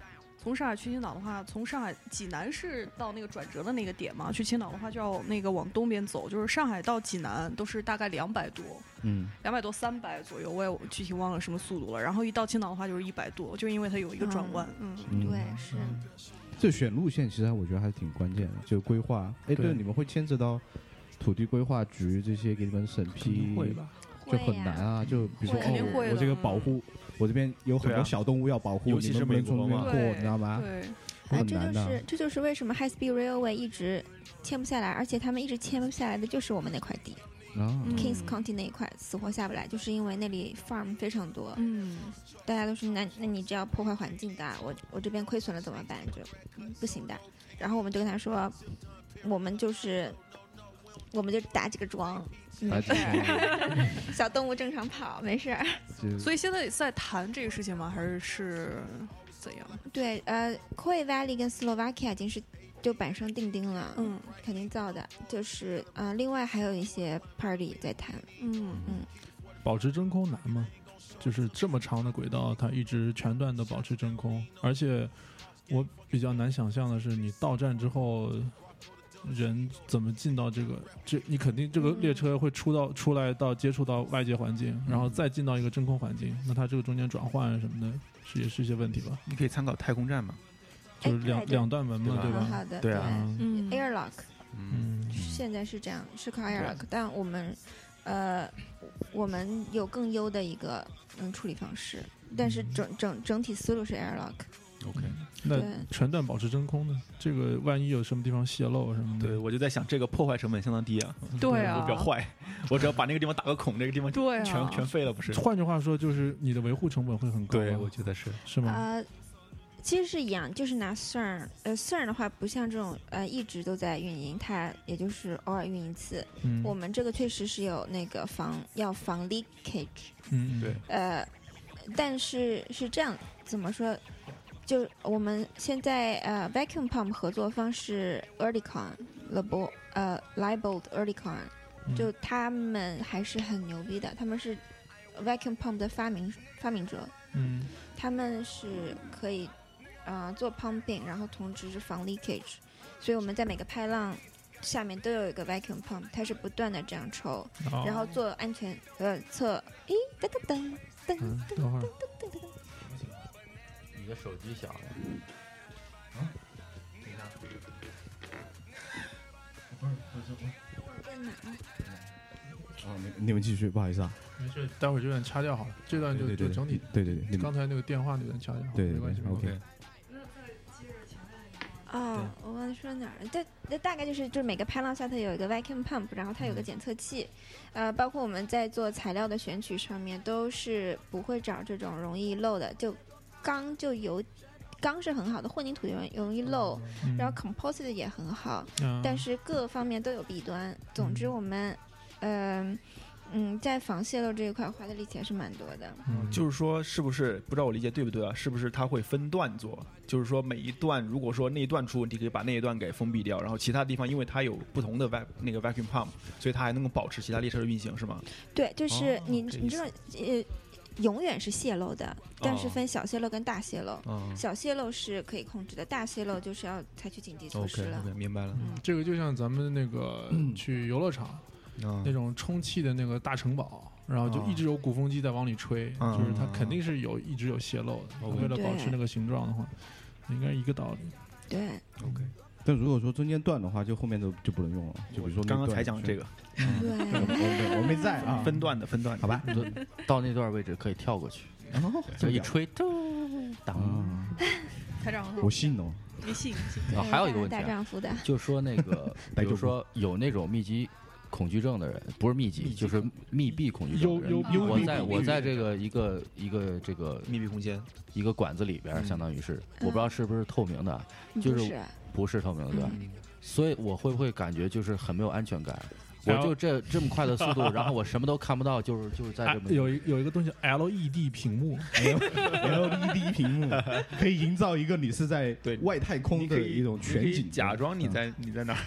Speaker 6: 从上海去青岛的话，从上海济南是到那个转折的那个点嘛，去青岛的话就要那个往东边走，就是上海到济南都是大概两百多，
Speaker 3: 嗯，
Speaker 6: 两百多三百左右，我也具体忘了什么速度了。然后一到青岛的话就是一百多，就因为它有一个转弯。嗯，
Speaker 1: 嗯
Speaker 7: 对是。
Speaker 1: 这选路线其实我觉得还挺关键的，就规划。哎，对，
Speaker 4: 对
Speaker 1: 你们会牵扯到土地规划局这些给你们审批，
Speaker 8: 会吧？
Speaker 1: 就
Speaker 7: 会
Speaker 1: 很
Speaker 7: 呀
Speaker 1: 难啊。就比如说，
Speaker 7: 会肯定
Speaker 1: 哦
Speaker 6: 会的
Speaker 1: 我这个保护，我这边有很
Speaker 8: 对
Speaker 1: 多
Speaker 8: 啊
Speaker 1: 小动物要保护，
Speaker 8: 尤其
Speaker 1: 你们
Speaker 8: 是
Speaker 1: 不能从
Speaker 8: 美国
Speaker 1: 那边
Speaker 8: 嘛
Speaker 1: 过，你知道吗？
Speaker 6: 对，
Speaker 7: 啊，
Speaker 1: 很
Speaker 7: 这
Speaker 1: 难
Speaker 7: 就
Speaker 1: 的
Speaker 7: 是这就是为什么 High Speed Railway 一直签不下来，而且他们一直签不下来的就是我们那块地、
Speaker 1: 啊，
Speaker 6: 嗯
Speaker 7: Kings County 那一块，死活下不来，就是因为那里 farm 非常多，
Speaker 6: 嗯，
Speaker 7: 大家都说那那你这样破坏环境的，我我这边亏损了怎么办？就不行的。然后我们就跟他说，我们就是我们就打几个桩，
Speaker 3: 来
Speaker 7: 没
Speaker 3: 自
Speaker 7: 事儿，
Speaker 3: 于
Speaker 7: 小动物正常跑，没事儿。
Speaker 1: 就是
Speaker 6: 所以现在是在谈这个事情吗？还是是怎样？
Speaker 7: 对，呃 c o i Valley 跟 Slovakia 已经是就板上钉钉了，，
Speaker 6: 嗯
Speaker 7: 肯定造的。就是呃，另外还有一些 party 在谈，
Speaker 6: 嗯
Speaker 4: 保持真空难吗？就是这么长的轨道，它一直全段的保持真空，而且我比较难想象的是，你到站之后，人怎么进到这个这？你肯定这个列车会出到出来到接触到外界环境，
Speaker 8: 嗯
Speaker 4: 然后再进到一个真空环境，那它这个中间转换啊什么的，是也是一些问题吧？
Speaker 8: 你可以参考太空站嘛，
Speaker 4: 就是
Speaker 7: 哎
Speaker 4: 两
Speaker 7: 对
Speaker 4: 两段门嘛，
Speaker 8: 对
Speaker 4: 对
Speaker 7: 很
Speaker 4: 吧？
Speaker 7: 好的，
Speaker 8: 对啊
Speaker 4: 嗯
Speaker 6: 嗯
Speaker 7: Airlock
Speaker 8: 嗯，
Speaker 4: 嗯，
Speaker 7: 现在是这样，是靠 Airlock，但我们呃，我们有更优的一个嗯处理方式，但是整整整体思路是 Airlock。
Speaker 4: 嗯那
Speaker 7: 对
Speaker 4: 全段保持真空呢？这个万一有什么地方泄漏什么的，
Speaker 8: 对，我就在想这个破坏成本相当低啊，
Speaker 6: 对啊
Speaker 8: 我比较坏，我只要把那个地方打个孔，这个地方就
Speaker 6: 对啊，
Speaker 8: 全全废了，不是？
Speaker 4: 换嗯句话说，就是你的维护成本会很高吧，
Speaker 8: 对，我觉得是，
Speaker 4: 是吗？
Speaker 7: 呃，其实是一样，就是拿 CERN，呃，CERN 的话不像这种呃一直都在运营，它也就是偶尔运营一次。
Speaker 4: 嗯，
Speaker 7: 我们这个确实是有那个防要防 leakage，
Speaker 4: 嗯，
Speaker 8: 对，
Speaker 7: 呃，但是是这样，怎么说？就我们现在呃 vacuum pump 合作方是 Earlycon、Labo 呃 Libold Earlycon，
Speaker 4: 嗯
Speaker 7: 就他们还是很牛逼的，他们是 vacuum pump 的发明发明者，
Speaker 4: 嗯
Speaker 7: 他们是可以呃做 pumping，然后同时是防 leakage，所以我们在每个拍浪下面都有一个 vacuum pump，它是不断的这样抽，
Speaker 4: 哦
Speaker 7: 然后做安全呃测，咦噔噔噔噔
Speaker 4: 嗯，
Speaker 7: 噔
Speaker 4: 等会儿
Speaker 7: 噔噔噔，
Speaker 3: 你的手机响了，
Speaker 7: 在哪儿？
Speaker 1: 啊你你们继续，不好意思啊。
Speaker 4: 没事，待会儿这段掐掉好了，这段就
Speaker 1: 对对
Speaker 4: 就
Speaker 1: 对
Speaker 4: 整体，
Speaker 1: 对对对，你们
Speaker 4: 刚才那个电话那段掐掉好了，
Speaker 1: 对对
Speaker 4: 没关系，
Speaker 1: 对
Speaker 4: 没关系
Speaker 1: OK
Speaker 7: 哦，我忘了说哪儿了。但那大概就是，就是每个拍浪下它有一个 vacuum pump，然后它有个检测器，呃，包括我们在做材料的选取上面都是不会找这种容易漏的，就钢就有，钢是很好的，混凝土容易容易漏，
Speaker 4: 嗯
Speaker 7: 然后 composite 也很好，
Speaker 4: 嗯
Speaker 7: 但是各方面都有弊端。总之我们，嗯、嗯，在防泄漏这一块花的力气还是蛮多的。
Speaker 4: 嗯
Speaker 8: 就是说，是不是不知道我理解对不对啊？是不是它会分段做？就是说，每一段如果说那一段出问题，可以把那一段给封闭掉，然后其他地方因为它有不同的 vac 那个 vacuum pump，所以它还能够保持其他列车的运行，是吗？
Speaker 7: 对，就是
Speaker 8: 哦
Speaker 7: 你、
Speaker 8: 这
Speaker 7: 你
Speaker 8: 意
Speaker 7: 这种呃，永远是泄漏的，但是
Speaker 8: 哦
Speaker 7: 分小泄漏跟大泄漏。
Speaker 8: 嗯
Speaker 7: 小泄漏是可以控制的，大泄漏就是要采取紧急措施
Speaker 8: ，OK
Speaker 7: 了。
Speaker 8: OK，明白了。
Speaker 4: 嗯这个就像咱们那个去游乐场
Speaker 8: 啊
Speaker 4: 那种充气的那个大城堡，然后就
Speaker 8: 哦
Speaker 4: 一直有鼓风机在往里吹，
Speaker 8: 嗯
Speaker 4: 就是它肯定是有一直有泄漏的，
Speaker 8: OK
Speaker 4: 为了保持
Speaker 7: 对
Speaker 4: 那个形状的话，应该一个道理。
Speaker 7: 对
Speaker 8: ，OK，
Speaker 1: 但如果说中间断的话，就后面就就不能用了。就比如说那
Speaker 8: 刚刚
Speaker 1: 段
Speaker 8: 才讲这 个
Speaker 3: 啊
Speaker 1: 我
Speaker 7: 对，
Speaker 1: 没我没在啊，
Speaker 8: 分段的分段的，
Speaker 1: 好吧？
Speaker 3: 到那段位置可以跳过去，
Speaker 1: 然后
Speaker 3: 这一吹，咚，当
Speaker 1: 啊，
Speaker 6: 开张了。
Speaker 1: 我信哦，，
Speaker 6: 没信没信。
Speaker 3: 啊，
Speaker 7: 对
Speaker 3: 还有一个
Speaker 7: 大
Speaker 3: 问题
Speaker 7: 大
Speaker 3: 啊，
Speaker 7: 丈夫的，
Speaker 3: 就说那个 比
Speaker 1: 白昼
Speaker 3: 如说有那种密集恐惧症的人，不是密集，就是密闭恐惧症的
Speaker 4: 幽
Speaker 3: 人。
Speaker 4: 幽
Speaker 3: 我
Speaker 4: 闭
Speaker 3: 在
Speaker 4: 恐
Speaker 3: 我
Speaker 4: 惧
Speaker 3: 在这个一个一个这个
Speaker 8: 密闭空间，
Speaker 3: 一个管子里边儿，
Speaker 8: 嗯
Speaker 3: 相当于是我不知道是不是透明的，
Speaker 7: 你
Speaker 3: 就
Speaker 7: 不
Speaker 3: 是
Speaker 7: 是
Speaker 3: 不是透明的，对吧？
Speaker 8: 嗯
Speaker 3: 所以我会不会感觉就是很没有安全感？我
Speaker 4: 然后
Speaker 3: 就这这么快的速度，然后我什么都看不到，就是就是在
Speaker 4: 哎
Speaker 3: 这么
Speaker 4: 有一有一个东西 LED 屏幕，
Speaker 1: LED E 屏 幕可以营造一个你是在
Speaker 8: 对
Speaker 1: 外太空
Speaker 8: 你可
Speaker 1: 的
Speaker 8: 以
Speaker 1: 一种全
Speaker 8: 你可以
Speaker 1: 景，
Speaker 8: 假装你在你在哪儿，
Speaker 1: 嗯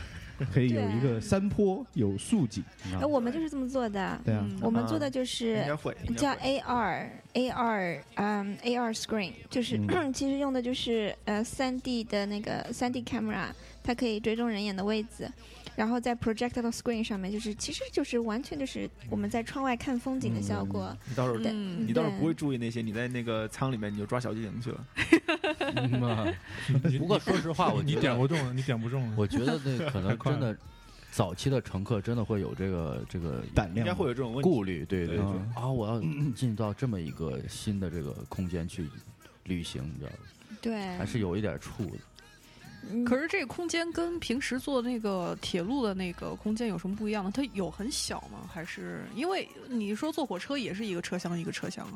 Speaker 1: 可以有一个山坡有树景，啊
Speaker 7: 哎，我们就是这么做的。
Speaker 1: 对啊，
Speaker 7: 我们做
Speaker 8: 啊
Speaker 7: 的就是
Speaker 3: 嗯
Speaker 8: 应该会，应该
Speaker 7: 叫
Speaker 8: 会
Speaker 7: AR AR 嗯 AR screen，就是、
Speaker 1: 嗯
Speaker 7: 其实用的就是呃三 D 的那个三 D camera，它可以追踪人眼的位置，然后在 projectile screen 上面，就是其实就是完全就是我们在窗外看风景的效果。
Speaker 8: 你到时候
Speaker 6: 嗯
Speaker 8: 你到时候不会注意那些，你在那个舱里面你就抓小精灵去了。
Speaker 3: 嗯啊不过说实话，我
Speaker 4: 你
Speaker 3: 觉
Speaker 4: 点
Speaker 3: 得
Speaker 4: 不中了，你点不中了。
Speaker 3: 我觉得 那
Speaker 4: 太
Speaker 3: 可能
Speaker 4: 快
Speaker 3: 真的早期的乘客真的会有这个这个
Speaker 1: 胆
Speaker 8: 应该
Speaker 1: 量
Speaker 8: 会有这种问题。
Speaker 3: 顾虑，对对对，
Speaker 1: 嗯
Speaker 3: 就啊，我要进到这么一个新的这个空间去旅行，你知道吗？
Speaker 7: 对
Speaker 3: 还，是有一点怵的。
Speaker 7: 嗯
Speaker 6: 可是这个空间跟平时坐那个铁路的那个空间有什么不一样呢？它有很小吗？还是因为你说坐火车也是一个车厢一个车厢啊？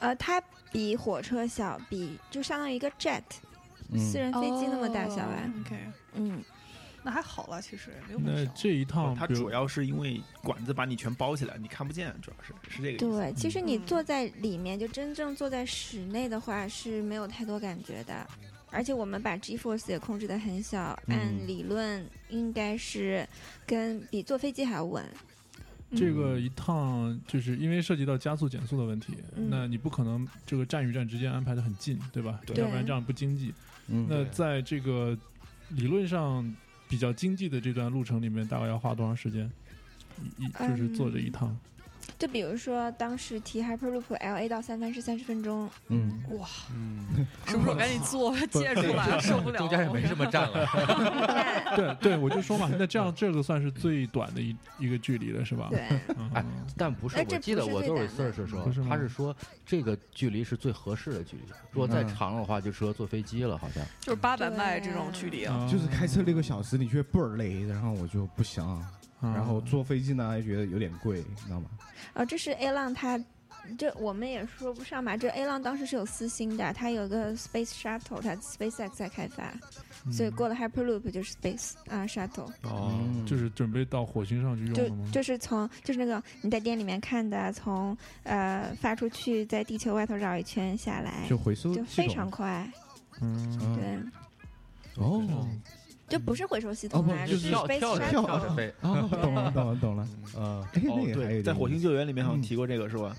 Speaker 7: 呃，它比火车小，比就相当于一个 jet、私
Speaker 3: 嗯
Speaker 7: 嗯人飞机那么大小啊吧。
Speaker 6: 哦？OK，
Speaker 7: 嗯，
Speaker 6: 那还好了，其实也没有
Speaker 4: 那
Speaker 6: 很小。
Speaker 4: 这一趟，
Speaker 8: 它
Speaker 4: 比如
Speaker 8: 主要是因为管子把你全包起来，你看不见，主要是是这个意思。
Speaker 7: 对，其实你
Speaker 6: 嗯
Speaker 7: 坐在里面，就真正坐在室内的话是没有太多感觉的。而且我们把 G force 也控制的很小，按
Speaker 1: 嗯
Speaker 7: 理论应该是跟比坐飞机还要稳。
Speaker 4: 这个一趟，就是因为涉及到加速减速的问题，
Speaker 7: 嗯
Speaker 4: 那你不可能这个站与站之间安排的很近，对吧？
Speaker 8: 对
Speaker 4: 要不然这样不经济。
Speaker 1: 嗯
Speaker 4: 那
Speaker 8: 对
Speaker 4: 在这个理论上比较经济的这段路程里面，大概要花多长时间？一一就是坐这一趟，
Speaker 7: 就比如说当时提 Hyperloop LA 到三藩是三十分钟，
Speaker 1: 嗯，
Speaker 8: 嗯，
Speaker 6: 是不是我赶紧坐借出来？受不了了，
Speaker 3: 中间也没什么站了，
Speaker 7: 但
Speaker 4: 对对，我就说嘛，那这样这个算是最短的一一个距离了，是吧？
Speaker 7: 对，
Speaker 4: 嗯，
Speaker 3: 哎 但不是，
Speaker 7: 哎这
Speaker 3: 我记得
Speaker 7: 不是
Speaker 3: 我
Speaker 7: 最
Speaker 3: 都
Speaker 7: 短
Speaker 3: 是
Speaker 7: 的
Speaker 3: 四十说
Speaker 4: 不是，吗
Speaker 3: 他是说这个距离是最合适的距离，如果再
Speaker 1: 嗯
Speaker 3: 长的话就适合坐飞机了，好像。
Speaker 6: 就是八百迈这种距离啊。
Speaker 4: 啊
Speaker 1: 就是开车六个小时，你觉得倍儿累，然后我就不行，
Speaker 8: 嗯
Speaker 4: 啊
Speaker 1: 然后坐飞机呢又觉得有点贵，你知道吗？
Speaker 7: 呃，这是 A 浪它。这我们也说不上吧，这 A 浪当时是有私心的，它有个 Space Shuttle，它 SpaceX 在开发，所以
Speaker 4: 嗯
Speaker 7: 过了 Hyperloop 就是 Space 啊、Shuttle。
Speaker 8: 哦，
Speaker 4: 就是准备到火星上去用
Speaker 7: 就
Speaker 4: 了吗？
Speaker 7: 就是从就是那个你在店里面看的，从呃发出去，在地球外头绕一圈下来
Speaker 1: 就，回收
Speaker 7: 就
Speaker 1: 系
Speaker 7: 非
Speaker 1: 统
Speaker 7: 常快，
Speaker 4: 嗯，
Speaker 1: 嗯
Speaker 7: 对，
Speaker 1: 哦
Speaker 8: 嗯
Speaker 7: 就不是回收系统
Speaker 1: 哦
Speaker 7: 啦，
Speaker 1: 不
Speaker 7: 就是是
Speaker 1: 跳
Speaker 7: space
Speaker 1: 着跳
Speaker 7: shuttle
Speaker 1: 着
Speaker 3: 飞，
Speaker 1: 哦，懂了懂了懂了，
Speaker 8: 呃，
Speaker 1: 哎，
Speaker 8: 哦
Speaker 1: 那个还有
Speaker 8: 对，在火星救援里面好像提过这个是吧？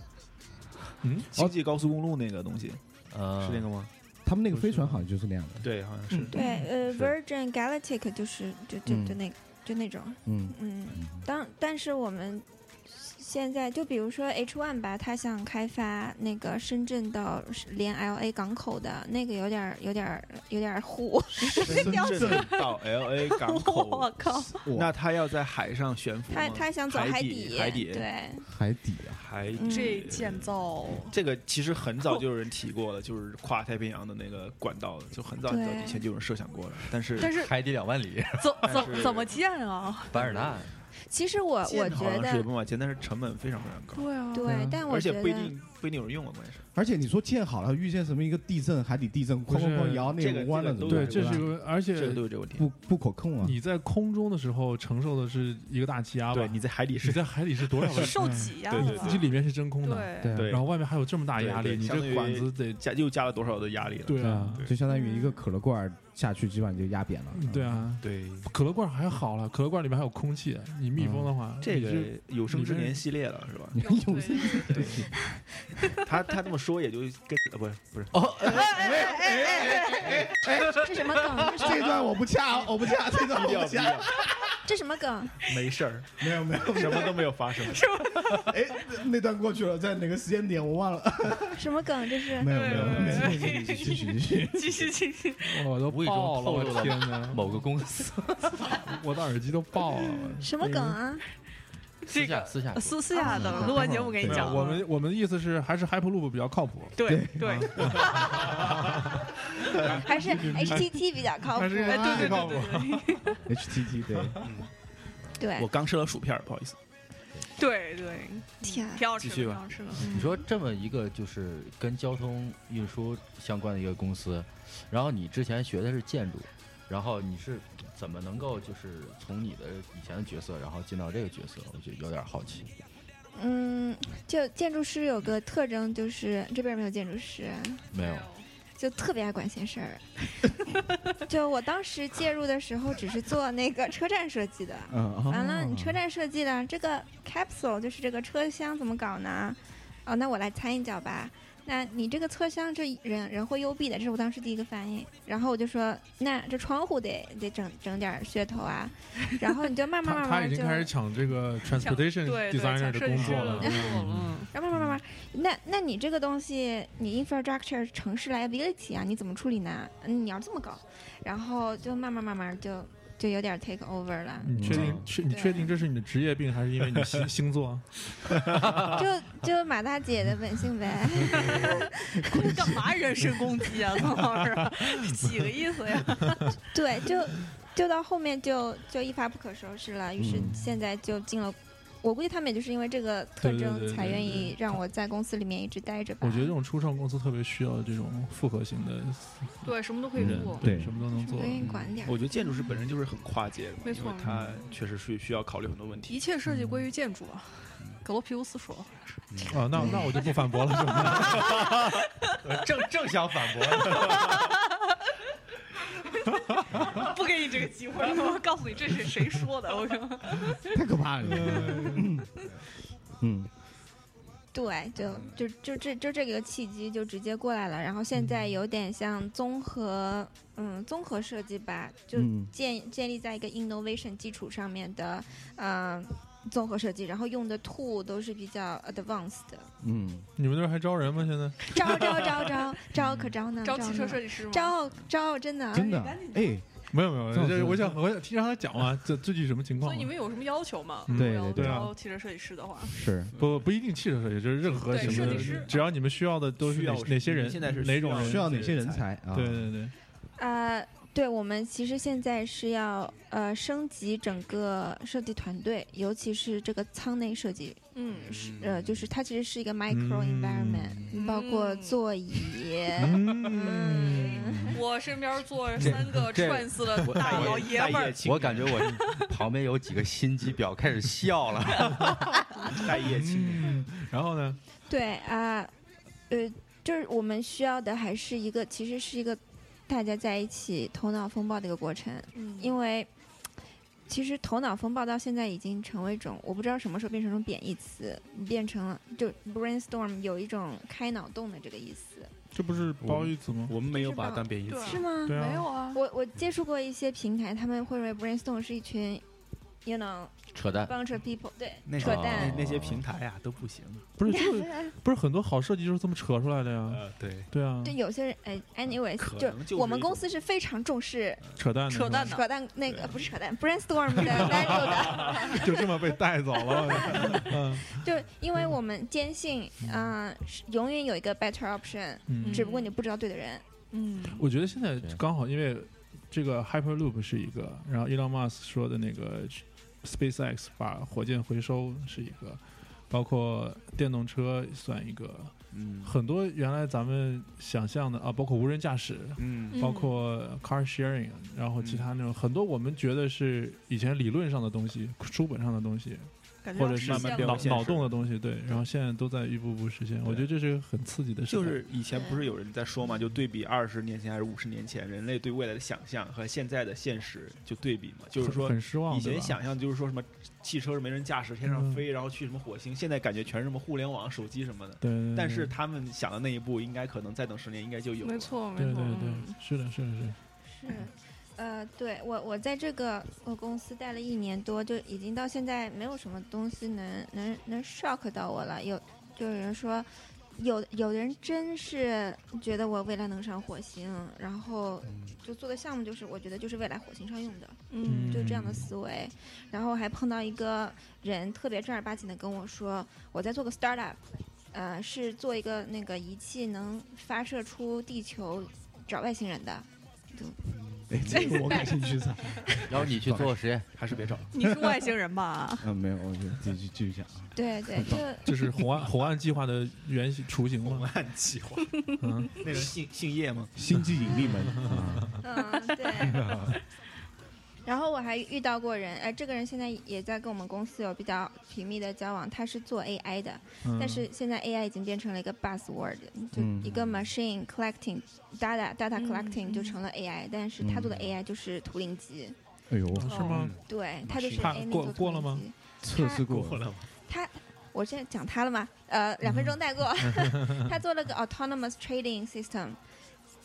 Speaker 4: 嗯，
Speaker 1: 哦
Speaker 8: 星际高速公路那个东西是
Speaker 1: 嗯
Speaker 3: 呃，
Speaker 8: 那个吗？嗯
Speaker 1: 他们那个飞船好像就是那样的，
Speaker 8: 对，好像是。
Speaker 7: 对，呃
Speaker 3: 是
Speaker 7: ，Virgin Galactic 就是就就就
Speaker 1: 嗯
Speaker 7: 那个就那种，
Speaker 1: 嗯
Speaker 7: 嗯，
Speaker 1: 嗯
Speaker 7: 当但是我们现在就比如说 H one 吧，它想开发那个深圳到连 L A 港口的那个有点儿有点儿有点儿虎，
Speaker 8: 深圳到 L A 港
Speaker 6: 我
Speaker 8: 口，
Speaker 6: 靠！
Speaker 8: 那他要在海上悬浮吗
Speaker 7: 它它想走
Speaker 8: 海
Speaker 7: 底，
Speaker 8: 海底，
Speaker 7: 对，
Speaker 1: 海底啊，
Speaker 8: 海
Speaker 7: 嗯
Speaker 8: 底。
Speaker 6: 这建造
Speaker 8: 这个其实很早就有人提过 了，就是跨太平洋的那个管道，就很早很早
Speaker 7: 对
Speaker 8: 以前就有人设想过了。但是
Speaker 6: 但是
Speaker 3: 海底两万里，
Speaker 6: 怎
Speaker 8: 但是
Speaker 6: 怎怎么建啊？
Speaker 3: 凡尔纳。
Speaker 7: 其实我我
Speaker 8: 建好
Speaker 7: 觉
Speaker 8: 像是有
Speaker 7: 得。
Speaker 8: 办法建，但是成本非常非常高，
Speaker 6: 对啊，
Speaker 7: 对
Speaker 4: 嗯，
Speaker 7: 但我
Speaker 8: 而且
Speaker 7: 觉得
Speaker 8: 不一定不一定有人用啊，关键是。
Speaker 1: 而且你说建好了，遇见什么一个地震、海底地震，
Speaker 4: 不
Speaker 1: 哐
Speaker 4: 是
Speaker 1: 哐哐摇那
Speaker 8: 这个
Speaker 1: 弯了
Speaker 8: 这
Speaker 1: 怎
Speaker 8: 个
Speaker 1: 么
Speaker 8: 都
Speaker 1: 办？
Speaker 4: 对，这是
Speaker 1: 吧
Speaker 4: 一个，而
Speaker 8: 这个
Speaker 4: 且
Speaker 8: 都有这个问题。
Speaker 1: 不不可控啊。
Speaker 4: 你在空中的时候承受的是一个大气压吧？
Speaker 8: 对，你在海底
Speaker 4: 你
Speaker 8: 啊是
Speaker 4: 在海里是多少个？嗯
Speaker 6: 受挤压
Speaker 8: 对对
Speaker 6: 了
Speaker 8: 对
Speaker 6: 吧
Speaker 4: 自己？里面是真空的，
Speaker 6: 对
Speaker 1: 对啊
Speaker 8: 对
Speaker 4: 然后外面还有这么大压力，
Speaker 8: 对对
Speaker 4: 你这管子得
Speaker 8: 加又加了多少的压力了？
Speaker 4: 对
Speaker 1: 对啊
Speaker 4: 啊，，
Speaker 1: 就相当于一个可乐罐儿下去，基本上就压扁了。
Speaker 4: 嗯对啊。
Speaker 8: 对，
Speaker 4: 可乐罐还好了，可乐罐里面还有空气，你密封的话，
Speaker 8: 嗯这
Speaker 4: 你是
Speaker 8: 个有生之
Speaker 4: 你
Speaker 8: 年
Speaker 4: 这
Speaker 8: 系列了是吧？
Speaker 1: 嗯，
Speaker 6: 对
Speaker 1: 有
Speaker 6: 对对对
Speaker 8: 他他这么说也就跟呃不是不是
Speaker 7: 这什么梗？这
Speaker 1: 这段我不掐，我不掐，这段
Speaker 8: 低
Speaker 1: 我
Speaker 8: 调
Speaker 1: 不
Speaker 8: 低
Speaker 1: 掐。
Speaker 8: 调，
Speaker 7: 这什么梗？
Speaker 8: 没事 儿，
Speaker 1: 没有没有，
Speaker 8: 什么都没有发生。
Speaker 1: 哎，那段过去了，在哪个时间点我忘了。
Speaker 7: 什么梗？这是
Speaker 1: 没有没有 没有，
Speaker 6: 对
Speaker 1: 继续继续继续继续。
Speaker 6: 继续继续，
Speaker 4: 我都
Speaker 3: 无意中
Speaker 4: 爆了，
Speaker 3: 透
Speaker 4: 我的
Speaker 3: 露了
Speaker 4: 天哪，
Speaker 3: 某个公司
Speaker 4: 我的耳机都 爆了。我
Speaker 7: 什么梗啊？
Speaker 3: 私
Speaker 6: 这
Speaker 3: 下
Speaker 6: 个
Speaker 3: 私下
Speaker 6: 私私下
Speaker 1: 啊
Speaker 6: 等录完节目给你
Speaker 4: 没有，
Speaker 6: 讲啊。
Speaker 4: 我们我们的意思是还是 Hyperloop 比较靠谱。
Speaker 6: 对对，
Speaker 7: 还是 HTT 比较靠谱
Speaker 4: 还。
Speaker 7: 啊
Speaker 4: 是
Speaker 6: 哎，对对
Speaker 4: 靠
Speaker 6: 对
Speaker 4: 谱
Speaker 6: 对对
Speaker 1: HTT 对，
Speaker 7: 对
Speaker 8: 我刚吃了薯片儿，不好意思。
Speaker 6: 对对，
Speaker 7: 天啊，
Speaker 6: 挺好吃
Speaker 8: 继
Speaker 6: 的，
Speaker 8: 续吧
Speaker 6: 挺好吃的。
Speaker 3: 你说这么一个就是跟交通运输相关的一个公司，然后你之前学的是建筑，然后你是怎么能够就是从你的以前的角色，然后进到这个角色？我就有点好奇。
Speaker 7: 嗯，就建筑师有个特征就是这边没有建筑师，
Speaker 3: 没有，
Speaker 7: 就特别爱管闲事儿。 就我当时介入的时候，只是做那个车站设计的。
Speaker 1: 嗯，哦
Speaker 7: 完了，你车站设计的这个 capsule 就是这个车厢怎么搞呢？哦，那我来参一脚吧。那你这个车厢这人人会幽闭的，这是我当时第一个反应。然后我就说，那这窗户得得整整点噱头 啊。然后你就慢慢
Speaker 4: 他
Speaker 7: 慢
Speaker 4: 他
Speaker 7: 慢
Speaker 4: 已
Speaker 7: 就
Speaker 4: 经开始抢这个
Speaker 6: 抢
Speaker 4: transportation
Speaker 6: 对对
Speaker 4: designer
Speaker 6: 抢
Speaker 4: 的
Speaker 6: 设
Speaker 4: 工
Speaker 6: 计师
Speaker 4: 作
Speaker 6: 的
Speaker 4: 了
Speaker 6: 工。作了，嗯
Speaker 7: 然后慢慢慢慢，那那你这个东西，你 infrastructure 城市 liability 啊，你怎么处理呢？嗯，你要这么搞，然后就慢慢慢慢就就有点 take over 了，
Speaker 4: 你确定
Speaker 1: 嗯
Speaker 4: 确你
Speaker 7: 对
Speaker 4: 确定这是你的职业病，还是因为你星 星座？啊
Speaker 7: 就就马大姐的本性呗。
Speaker 6: 干嘛人身攻击啊，宋老师？几个意思呀？
Speaker 7: 对，就就到后面就就一发不可收拾了，于是
Speaker 1: 嗯
Speaker 7: 现在就进了。我估计他们也就是因为这个特
Speaker 4: 对对对
Speaker 7: 征，
Speaker 4: 对
Speaker 7: 才愿
Speaker 4: 对
Speaker 7: 意让我在公司里面一直待着吧。
Speaker 4: 我觉得这种初创公司特别需要这种复合型的
Speaker 6: 对，什么都可以
Speaker 4: 人
Speaker 6: 做，，
Speaker 1: 对
Speaker 4: 什么都能做
Speaker 7: 我。愿意管点儿。
Speaker 8: 嗯我觉得建筑师本身就是很跨界的，
Speaker 6: 没错
Speaker 8: 因为他确实是需要考虑很多问题。
Speaker 6: 一切设计归于建筑啊。格罗皮乌斯说
Speaker 4: 啊，那那我就不反驳了，是 吧？
Speaker 3: 正正想反驳，：“
Speaker 6: 不给你这个机会，我告诉你这是谁说的。”我说
Speaker 1: 太可怕了你，嗯，
Speaker 7: 对，就就就这就这个契机就直接过来了，然后现
Speaker 4: 嗯
Speaker 7: 在有点像综合，嗯，综合设计吧，就
Speaker 1: 嗯
Speaker 7: 建建立在一个 innovation 基础上面的，嗯、综合设计，然后用的 tool 都是比较 advanced 的，
Speaker 1: 嗯，
Speaker 4: 你们那儿还招人吗？现在
Speaker 7: 招招招招招可招呢，
Speaker 6: 招汽车
Speaker 7: 呢
Speaker 6: 设计师吗？
Speaker 7: 招招真的啊，
Speaker 1: 真的
Speaker 6: 赶紧，
Speaker 1: 哎，
Speaker 4: 没有没有，
Speaker 1: 赵
Speaker 4: 这
Speaker 1: 老师
Speaker 4: 我想我想听让他讲嘛，这具体什么情况
Speaker 6: 所以
Speaker 4: 嘛？
Speaker 6: 你们有什么要求吗？
Speaker 4: 嗯
Speaker 6: 如果要
Speaker 1: 对对
Speaker 4: 对啊
Speaker 6: 招汽车设计师的话，
Speaker 1: 是，
Speaker 4: 不不一定汽车设计，就是任何
Speaker 6: 对
Speaker 4: 什
Speaker 6: 设
Speaker 4: 么
Speaker 6: 计师，
Speaker 4: 只要你们需要的都是
Speaker 8: 需要
Speaker 4: 哪哪些人，
Speaker 8: 现在是
Speaker 4: 哪种人
Speaker 1: 需？要哪些人才啊？
Speaker 4: 对对对，
Speaker 7: 呃，对我们其实现在是要呃升级整个设计团队，尤其是这个舱内设计，
Speaker 6: 嗯，
Speaker 7: 是呃，就是它其实是一个 micro
Speaker 4: 嗯
Speaker 7: environment，、包括
Speaker 6: 嗯
Speaker 7: 座椅。
Speaker 6: 哎
Speaker 4: 嗯，
Speaker 6: 我身边坐着三个串丝的
Speaker 8: 嗯我
Speaker 6: 大老爷们儿，
Speaker 8: 青
Speaker 3: 我感觉 我旁边有几个心机婊开始笑了。
Speaker 8: 待业青年，
Speaker 4: 嗯然后呢？
Speaker 7: 对啊、呃，就是我们需要的还是一个，其实是一个大家在一起头脑风暴的一个过程，
Speaker 6: 为
Speaker 7: 因为。其实头脑风暴到现在已经成为一种，我不知道什么时候变成一种贬义词，变成了就 brainstorm 有一种开脑洞的这个意思，
Speaker 4: 这不是
Speaker 8: 我
Speaker 4: 褒义词吗？
Speaker 8: 我们没有把它当贬义
Speaker 6: 对
Speaker 8: 词
Speaker 6: 啊。
Speaker 7: 是吗？
Speaker 4: 对
Speaker 6: 没
Speaker 4: 啊
Speaker 6: 有，啊，
Speaker 7: 我我接触过一些平台，他们会认为 brainstorm 是一群，you know
Speaker 3: 扯淡，
Speaker 7: bunch of people，对，
Speaker 8: 那
Speaker 7: 扯
Speaker 3: 种
Speaker 7: 淡
Speaker 8: 那。那些平台呀都不行。啊
Speaker 4: 不是就是不是很多好设计就是这么扯出来的呀？
Speaker 8: 呃，对，
Speaker 4: 对啊，
Speaker 7: 对，有些人哎，anyways，
Speaker 8: 可能就是
Speaker 7: 就我们
Speaker 8: 一种
Speaker 7: 公司是非常重视
Speaker 4: 扯淡的，
Speaker 6: 扯淡
Speaker 4: 是吧
Speaker 7: 扯淡那个不是扯淡 brainstorm 的 value 的，
Speaker 4: 就这么被带走了。
Speaker 7: 就是因为我们坚信，嗯，是永远有一个 better option，
Speaker 4: 嗯
Speaker 7: 只不过你不知道对的人。
Speaker 6: 嗯，
Speaker 4: 我觉得现在
Speaker 3: 对
Speaker 4: 刚好，因为这个 Hyperloop 是一个，然后 Elon Musk 说的那个 SpaceX 把火箭回收是一个，包括电动车算一个，
Speaker 8: 嗯
Speaker 4: 很多原来咱们想象的啊，包括无人驾驶，
Speaker 8: 嗯
Speaker 4: 包括 car sharing，然后其他那种很多我们觉得是以前理论上的东西、书本上的东西，
Speaker 6: 感觉
Speaker 4: 或
Speaker 6: 要
Speaker 4: 者
Speaker 6: 实
Speaker 4: 是
Speaker 8: 慢慢
Speaker 6: 现
Speaker 8: 变
Speaker 4: 脑
Speaker 6: 了
Speaker 8: 为现实
Speaker 4: 脑洞的东西，对，然后现在都在一步步实现。我觉得这是个很刺激的事情，
Speaker 8: 就是以前不是有人在说嘛，就对比二十年前还是五十年前人类对未来的想象和现在的现实就对比嘛，就是
Speaker 4: 很
Speaker 8: 说
Speaker 4: 很失望。
Speaker 8: 以
Speaker 4: 对
Speaker 8: 前
Speaker 4: 吧嗯
Speaker 8: 想象就是说什么汽车是没人驾驶天上飞，然后去什么火星，现在感觉全是什么互联网、手机什么的。
Speaker 4: 对，对对
Speaker 8: 但是他们想的那一步，应该可能再等十年应该就有了。
Speaker 6: 没，错没
Speaker 4: 对对
Speaker 6: 错，
Speaker 4: 对
Speaker 6: 嗯，
Speaker 4: 是的，是的，是的。
Speaker 7: 是，呃，对我我在这个我公司待了一年多，就已经到现在没有什么东西能能能 shock 到我了。有就有人说，有有的人真是觉得我未来能上火星，然后就做的项目就是我觉得就是未来火星上用的，
Speaker 6: 嗯
Speaker 7: 就这样的思维。然后还碰到一个人特别正儿八经的跟我说，我在做个 startup。呃，是做一个那个仪器，能发射出地球找外星人的。
Speaker 1: 哎，这个我感兴趣噻。
Speaker 3: 然后你去做个实验，
Speaker 8: 还是别找了。
Speaker 6: 你是外星人吧？
Speaker 1: 啊，没有，我就继续继续讲啊。
Speaker 7: 对对，这个
Speaker 4: 这是 红岸红岸计划的原型雏形嘛？
Speaker 8: 按计划，
Speaker 4: 嗯，
Speaker 8: 那人姓姓叶吗？
Speaker 1: 星际引力门啊，
Speaker 7: 嗯对。然后我还遇到过人，哎，这个人现在也在跟我们公司有比较频密的交往，他是做 AI 的，
Speaker 4: 嗯
Speaker 7: 但是现在 AI 已经变成了一个 buzzword，就
Speaker 1: 嗯
Speaker 7: 一个 machine collecting data data
Speaker 6: 嗯
Speaker 7: collecting 就成了 AI，但是他做的
Speaker 1: 嗯
Speaker 7: AI 就是图灵机，
Speaker 1: 哎呦，
Speaker 4: 哦是吗？
Speaker 7: 对，他就是
Speaker 8: Machine
Speaker 4: 他
Speaker 7: AI 那
Speaker 4: 过
Speaker 7: 做
Speaker 4: 过
Speaker 7: 图
Speaker 4: 了吗
Speaker 7: 灵机。
Speaker 1: 测试过
Speaker 8: 过了吗？
Speaker 7: 他，我现在讲他了嘛，呃，两分钟带过。他做了个 autonomous trading system，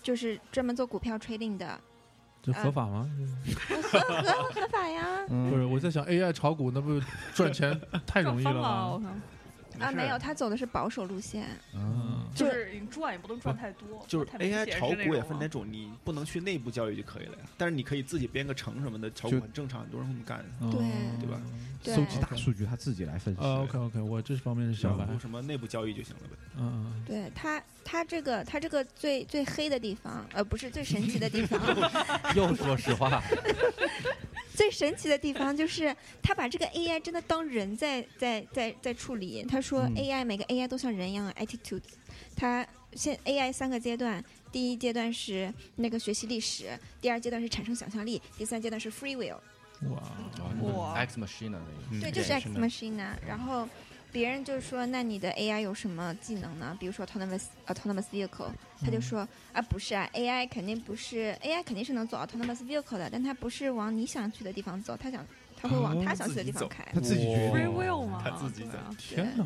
Speaker 7: 就是专门做股票 trading 的，
Speaker 4: 这合法吗？
Speaker 7: 合法呀？
Speaker 4: 不
Speaker 1: 嗯，
Speaker 4: 是，我在想 AI 炒股那不赚钱 太容易
Speaker 6: 撞
Speaker 4: 了
Speaker 6: 疯了，我
Speaker 4: 吗？
Speaker 6: 靠！
Speaker 7: 啊，没有，他走的是保守路线。
Speaker 1: 啊，
Speaker 4: 嗯，
Speaker 6: 就是你赚也不能赚太多，
Speaker 8: 就是
Speaker 6: 太明
Speaker 8: AI
Speaker 6: 显
Speaker 8: 炒
Speaker 6: 是那
Speaker 8: 股也
Speaker 6: 种
Speaker 8: 分
Speaker 6: 啊
Speaker 8: 哪种，你不能去内部交易就可以了呀。但是你可以自己编个程什么的，炒股
Speaker 1: 就
Speaker 8: 很正常，很多人会这么干。
Speaker 4: 嗯
Speaker 7: 对
Speaker 8: 对吧？
Speaker 7: 对
Speaker 1: 收集大数据，他自己来分析。
Speaker 4: 啊，OK OK，我这方面是小白
Speaker 8: 然后，什么内部交易就行了呗。
Speaker 4: 嗯，
Speaker 7: 对他，他这个，他这个最最黑的地方，呃，不是最神奇的地方，
Speaker 3: 又说实 话，
Speaker 7: 最神奇的地方就是他把这个 AI 真的当人在在在在处理。他说
Speaker 1: 嗯
Speaker 7: AI、每个 AI 都像人一样的 attitude，他现 AI 三个阶段。第一阶段是那个学习历史，第二阶段是产生想象力，第三阶段是 free will，
Speaker 4: 嗯哇，
Speaker 6: 哇
Speaker 3: X Machine 的那个，
Speaker 7: 对，就是 Ex Machina。然后别人就说：“那你的 AI 有什么技能呢？比如说 autonomous autonomous vehicle。”他就
Speaker 4: 嗯
Speaker 7: 说：“啊，不是啊，AI 肯定不是 AI 肯定是能做 autonomous vehicle 的，但它不是往你想去的地方走，它想它会往
Speaker 4: 哦
Speaker 7: 它想去的
Speaker 8: 自
Speaker 7: 地
Speaker 8: 己
Speaker 7: 方
Speaker 8: 走
Speaker 7: 开。啊
Speaker 1: 他自己决
Speaker 4: 哇
Speaker 6: free
Speaker 1: 定。
Speaker 6: will 嘛，
Speaker 8: 他自己
Speaker 6: 对
Speaker 8: 在
Speaker 6: 啊
Speaker 4: 天哪，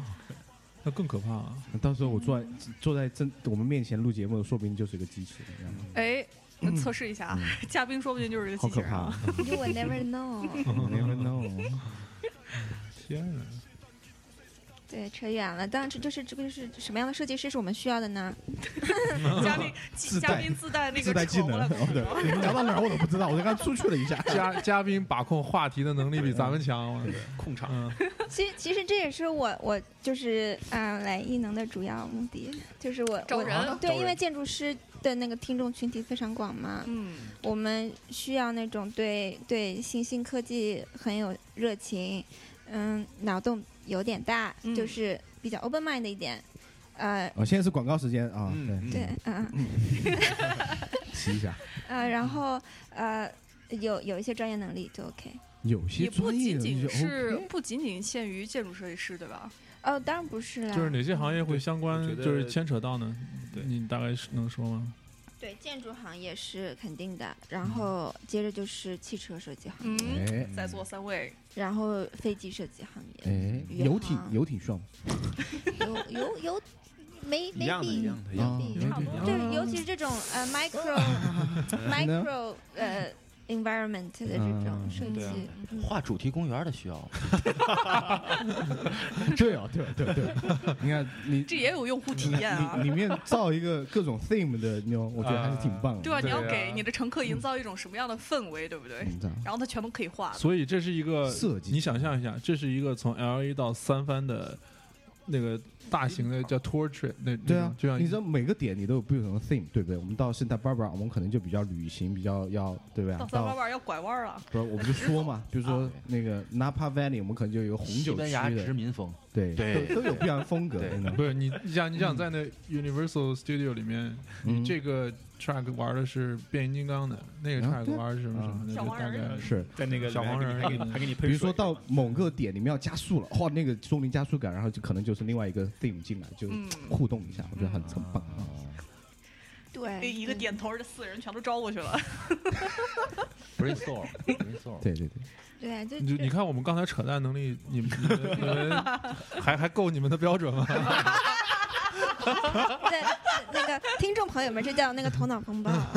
Speaker 4: 那更可怕啊！
Speaker 1: 到时候我坐在坐在真我们面前录节目，说不定就是个机器人这样子。
Speaker 6: 哎，那测试一下，嘉宾说不定就是个
Speaker 1: 嗯 好
Speaker 6: 机器
Speaker 1: 可
Speaker 6: 人
Speaker 1: 怕
Speaker 6: 啊。
Speaker 7: You will never know。
Speaker 1: ，Never know。啊
Speaker 4: 天哪，
Speaker 7: 对，扯远了。当然，这就是这个是什么样的设计师是我们需要的呢？
Speaker 6: 嘉宾
Speaker 1: 自带
Speaker 6: 嘉宾自带那
Speaker 1: 自
Speaker 6: 个
Speaker 1: 带技
Speaker 6: 扯过
Speaker 1: 能，
Speaker 6: 来过去啊
Speaker 1: 哦 对，讲到哪儿我都不知道，我刚刚出去了一下。
Speaker 4: 嘉嘉宾把控话题的能力比咱们强，我
Speaker 8: 控场，
Speaker 4: 嗯，
Speaker 7: 其实其实这也是我我就是啊、来艺能的主要目的，就是我
Speaker 6: 招
Speaker 7: 我
Speaker 6: 人
Speaker 7: 对，
Speaker 8: 招
Speaker 7: 因为
Speaker 8: 人
Speaker 7: 建筑师的那个听众群体非常广嘛，
Speaker 6: 嗯，
Speaker 7: 我们需要那种对对新兴科技很有热情，嗯，脑洞有点大，
Speaker 6: 嗯
Speaker 7: 就是比较 open mind 一点，呃，
Speaker 1: 哦，现在是广告时间啊，对，
Speaker 8: 嗯
Speaker 7: 对，嗯嗯
Speaker 6: 嗯
Speaker 1: 提一下。
Speaker 7: 呃，然后呃，有有一些专业能力就 OK。
Speaker 1: 有些
Speaker 6: 也不
Speaker 1: 专业
Speaker 6: 仅
Speaker 1: 的
Speaker 6: 仅
Speaker 1: 就是 OK
Speaker 6: 不仅仅限于建筑设计师，对吧？
Speaker 7: 哦，当然不是啦，
Speaker 4: 就是哪些行业会相关
Speaker 8: 我觉，得
Speaker 4: 就是牵扯到呢？
Speaker 8: 对
Speaker 4: 你大概是能说吗？
Speaker 7: 对建筑行业是肯定的，然后接着就是汽车设计行业，
Speaker 6: 嗯，
Speaker 1: 哎
Speaker 6: 在座三位
Speaker 7: 然后飞机设计行业，
Speaker 1: 哎，
Speaker 7: 宇
Speaker 1: 游艇
Speaker 6: 啊
Speaker 7: 航
Speaker 1: 游艇需要吗？
Speaker 7: 有有有没
Speaker 8: 一
Speaker 7: 没
Speaker 8: 样的，一
Speaker 7: 必
Speaker 8: 样的，一样
Speaker 1: 啊，
Speaker 8: 的。
Speaker 7: 必
Speaker 1: 游
Speaker 6: 差不
Speaker 1: 艇
Speaker 6: 多
Speaker 1: 啊
Speaker 7: 就是尤其是这种呃 micro micro 呃 environment 的这种
Speaker 1: 嗯
Speaker 7: 设
Speaker 8: 对啊
Speaker 7: 计，嗯
Speaker 3: 画主题公园的 需要吗，
Speaker 1: 对啊，对啊对啊对 啊，你看你
Speaker 6: 这也有用户体验啊
Speaker 1: 里。里面造一个各种 theme 的那种，我觉得还是挺棒的。
Speaker 6: 对吧？你要
Speaker 8: 对啊
Speaker 6: 给你的乘客营造一种什么样的氛围，对不对？
Speaker 1: 嗯，这样
Speaker 6: 然后他全都可以画的。
Speaker 4: 啊所以这是一个
Speaker 1: 设计
Speaker 4: 你想象一下，这是一个从 L A 到三藩的那个大型的叫 tour trip，那
Speaker 1: 对
Speaker 4: 那
Speaker 1: 啊
Speaker 4: 种就，像
Speaker 1: 你知道每个点你都有不同的 theme，对不对？我们到圣 a Barbara，我们可能就比较旅行，比较要对不对？
Speaker 6: 到三八
Speaker 1: 到
Speaker 6: 八要拐弯了，
Speaker 1: 不是，我们就说嘛，比如说那个 Napa Valley，我们可能就有一个红
Speaker 3: 西
Speaker 1: 酒
Speaker 3: 班牙
Speaker 1: 区
Speaker 3: 殖
Speaker 1: 的，
Speaker 3: 民风，
Speaker 1: 对，
Speaker 3: 对
Speaker 1: 都都有不一样的风格，
Speaker 3: 对
Speaker 1: 真的
Speaker 4: 不是你，你想你想在那 Universal Studio 里面，
Speaker 1: 嗯
Speaker 4: 这个 track 玩的是变形金刚的，那个
Speaker 1: 啊
Speaker 4: track
Speaker 1: 对
Speaker 4: 玩的是什么什么的，
Speaker 6: 小
Speaker 4: 就
Speaker 6: 黄
Speaker 4: 大
Speaker 6: 人
Speaker 4: 概
Speaker 6: 儿
Speaker 1: 是。
Speaker 8: 在那个
Speaker 4: 小黄人儿
Speaker 8: 还给你还给你
Speaker 1: 嗯比
Speaker 8: 配
Speaker 1: 如
Speaker 8: 水
Speaker 1: 说到某个点，你们要加速了，哇，那个松林加速感，然后就可能就是另外一个 theme 进来，就
Speaker 6: 嗯，
Speaker 1: 互动一下，我觉得很很棒。
Speaker 6: 那
Speaker 7: 对，
Speaker 6: 一个
Speaker 7: 对
Speaker 6: 点头，这四个人全都招过去了。
Speaker 3: brainstorm，brainstorm，
Speaker 1: 对对对，
Speaker 7: 对，啊就
Speaker 4: 你就你看我们刚才扯淡能力，你们你们你们还还够你们的标准吗？
Speaker 7: 对那个听众朋友们，这叫那个头脑风暴。啊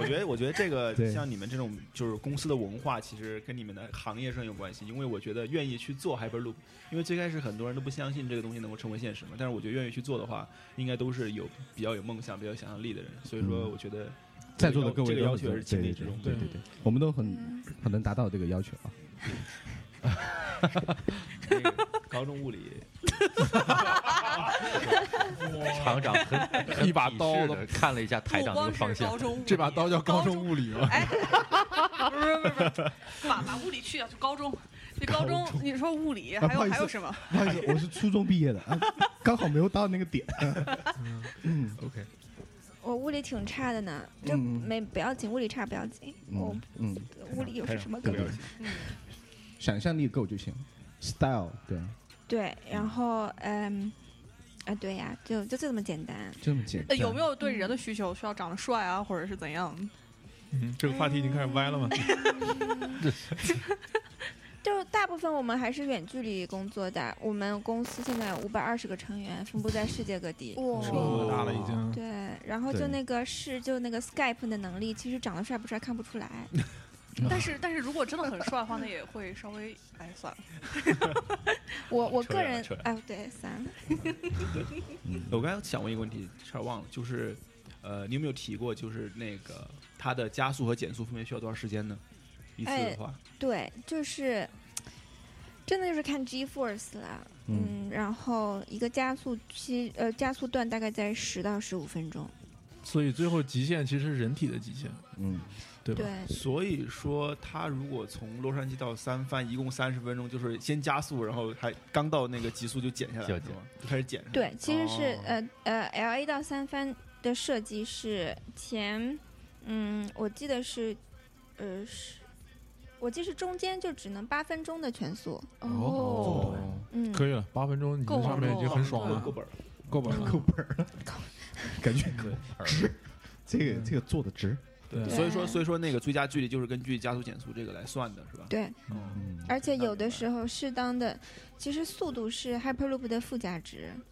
Speaker 8: 我觉得，我觉得这个
Speaker 1: 对
Speaker 8: 像你们这种就是公司的文化，其实跟你们的行业上有关系。因为我觉得愿意去做 Hyperloop，因为最开始很多人都不相信这个东西能够成为现实嘛。但是我觉得愿意去做的话，应该都是有比较有梦想、比较有想象力的人。所以说，
Speaker 1: 嗯
Speaker 8: 我觉得
Speaker 1: 在座的各位
Speaker 8: 这个
Speaker 1: 都
Speaker 8: 要
Speaker 1: 很
Speaker 8: 求也是
Speaker 1: 对
Speaker 8: 情
Speaker 1: 对
Speaker 8: 理
Speaker 1: 对
Speaker 8: 之中。
Speaker 1: 对
Speaker 4: 对
Speaker 1: 对对，我们都很很能达到这个要求啊。
Speaker 8: 那个高中物理
Speaker 3: 厂长很 很
Speaker 4: 一把刀
Speaker 3: 鄙视
Speaker 4: 了
Speaker 3: 地看了一下台
Speaker 6: 不光
Speaker 3: 长这个方
Speaker 6: 是
Speaker 3: 向
Speaker 6: 高，中物理，
Speaker 4: 这把刀叫高中物理吗？
Speaker 6: 哎，不是不是不是，把把物理去掉，啊就高中，就高中，你说物理还
Speaker 1: 不好
Speaker 6: 有
Speaker 1: 意思
Speaker 6: 还有什么？
Speaker 1: 不好意思，我是初中毕业的，啊刚好没有到那个点。嗯，
Speaker 4: OK，
Speaker 7: 我物理挺差的呢，这
Speaker 1: 嗯嗯
Speaker 7: 没不要紧，物理差不要紧，我
Speaker 1: 嗯嗯，
Speaker 7: 物理又是什么
Speaker 1: 对
Speaker 7: 梗？
Speaker 1: 对，想象力够就行，style 对，
Speaker 7: 对，然后嗯，啊对呀，就就这么简单。
Speaker 1: 就这么简
Speaker 6: 呃
Speaker 1: 单。
Speaker 6: 有没有对人的需求需要长得帅啊，或者是怎样？
Speaker 4: 嗯，这个话题已经开始歪了吗？
Speaker 7: 就是大部分我们还是远距离工作的，我们公司现在有五百二十个成员，分布在世界各地。
Speaker 4: 这
Speaker 1: 哦
Speaker 4: 么大了已经，
Speaker 7: 对，然后就
Speaker 1: 对
Speaker 7: 那个是就那个 Skype 的能力，其实长得帅不帅看不出 来。
Speaker 6: 但是但是如果真的很帅的话，那也会稍微哎算了，
Speaker 7: 我我
Speaker 8: 扯
Speaker 7: 个
Speaker 8: 远了
Speaker 7: 人
Speaker 8: 扯远
Speaker 7: 啊，对，算了，
Speaker 8: 我刚才想问一个问题，差点忘了，就是，呃，你有没有提过，就是那个它的加速和减速分别需要多少时间呢？一次的
Speaker 7: 哎
Speaker 8: 话，
Speaker 7: 对，就是真的就是看 G Force 了，
Speaker 1: 嗯
Speaker 7: 嗯，然后一个加速期呃加速段大概在十到十五分钟，
Speaker 4: 所以最后极限其实是人体的极限，
Speaker 1: 嗯，
Speaker 4: 对吧？
Speaker 7: 对，
Speaker 8: 所以说它如果从洛杉矶到三藩一共三十分钟，就是先加速，然后还刚到那个极速就减下来，
Speaker 3: 就
Speaker 8: 了，
Speaker 3: 减
Speaker 8: 是吗？就开始减。
Speaker 7: 对，其实是、
Speaker 8: 哦
Speaker 7: 呃呃，L A 到三藩的设计是前，嗯，我记得是，呃是，我记得是中间就只能八分钟的全速，
Speaker 6: 哦，
Speaker 7: 嗯，
Speaker 4: 可以了，八分钟你
Speaker 6: 够
Speaker 4: 在
Speaker 6: 了
Speaker 4: 上面已经很
Speaker 8: 够
Speaker 4: 爽了
Speaker 8: 够，本儿，
Speaker 4: 够本了。
Speaker 1: 感觉
Speaker 8: 对
Speaker 1: 值，这个这个做的值。
Speaker 4: 对
Speaker 8: 所以说所以说那个最佳距离就是根据加速减速这个来算的，是吧？
Speaker 7: 对，
Speaker 8: 嗯，
Speaker 1: 嗯，
Speaker 7: 而且
Speaker 8: 那
Speaker 7: 有
Speaker 8: 明
Speaker 7: 的
Speaker 8: 白
Speaker 7: 时候适当的，其实速度是 Hyperloop 的附加值。
Speaker 8: 嗯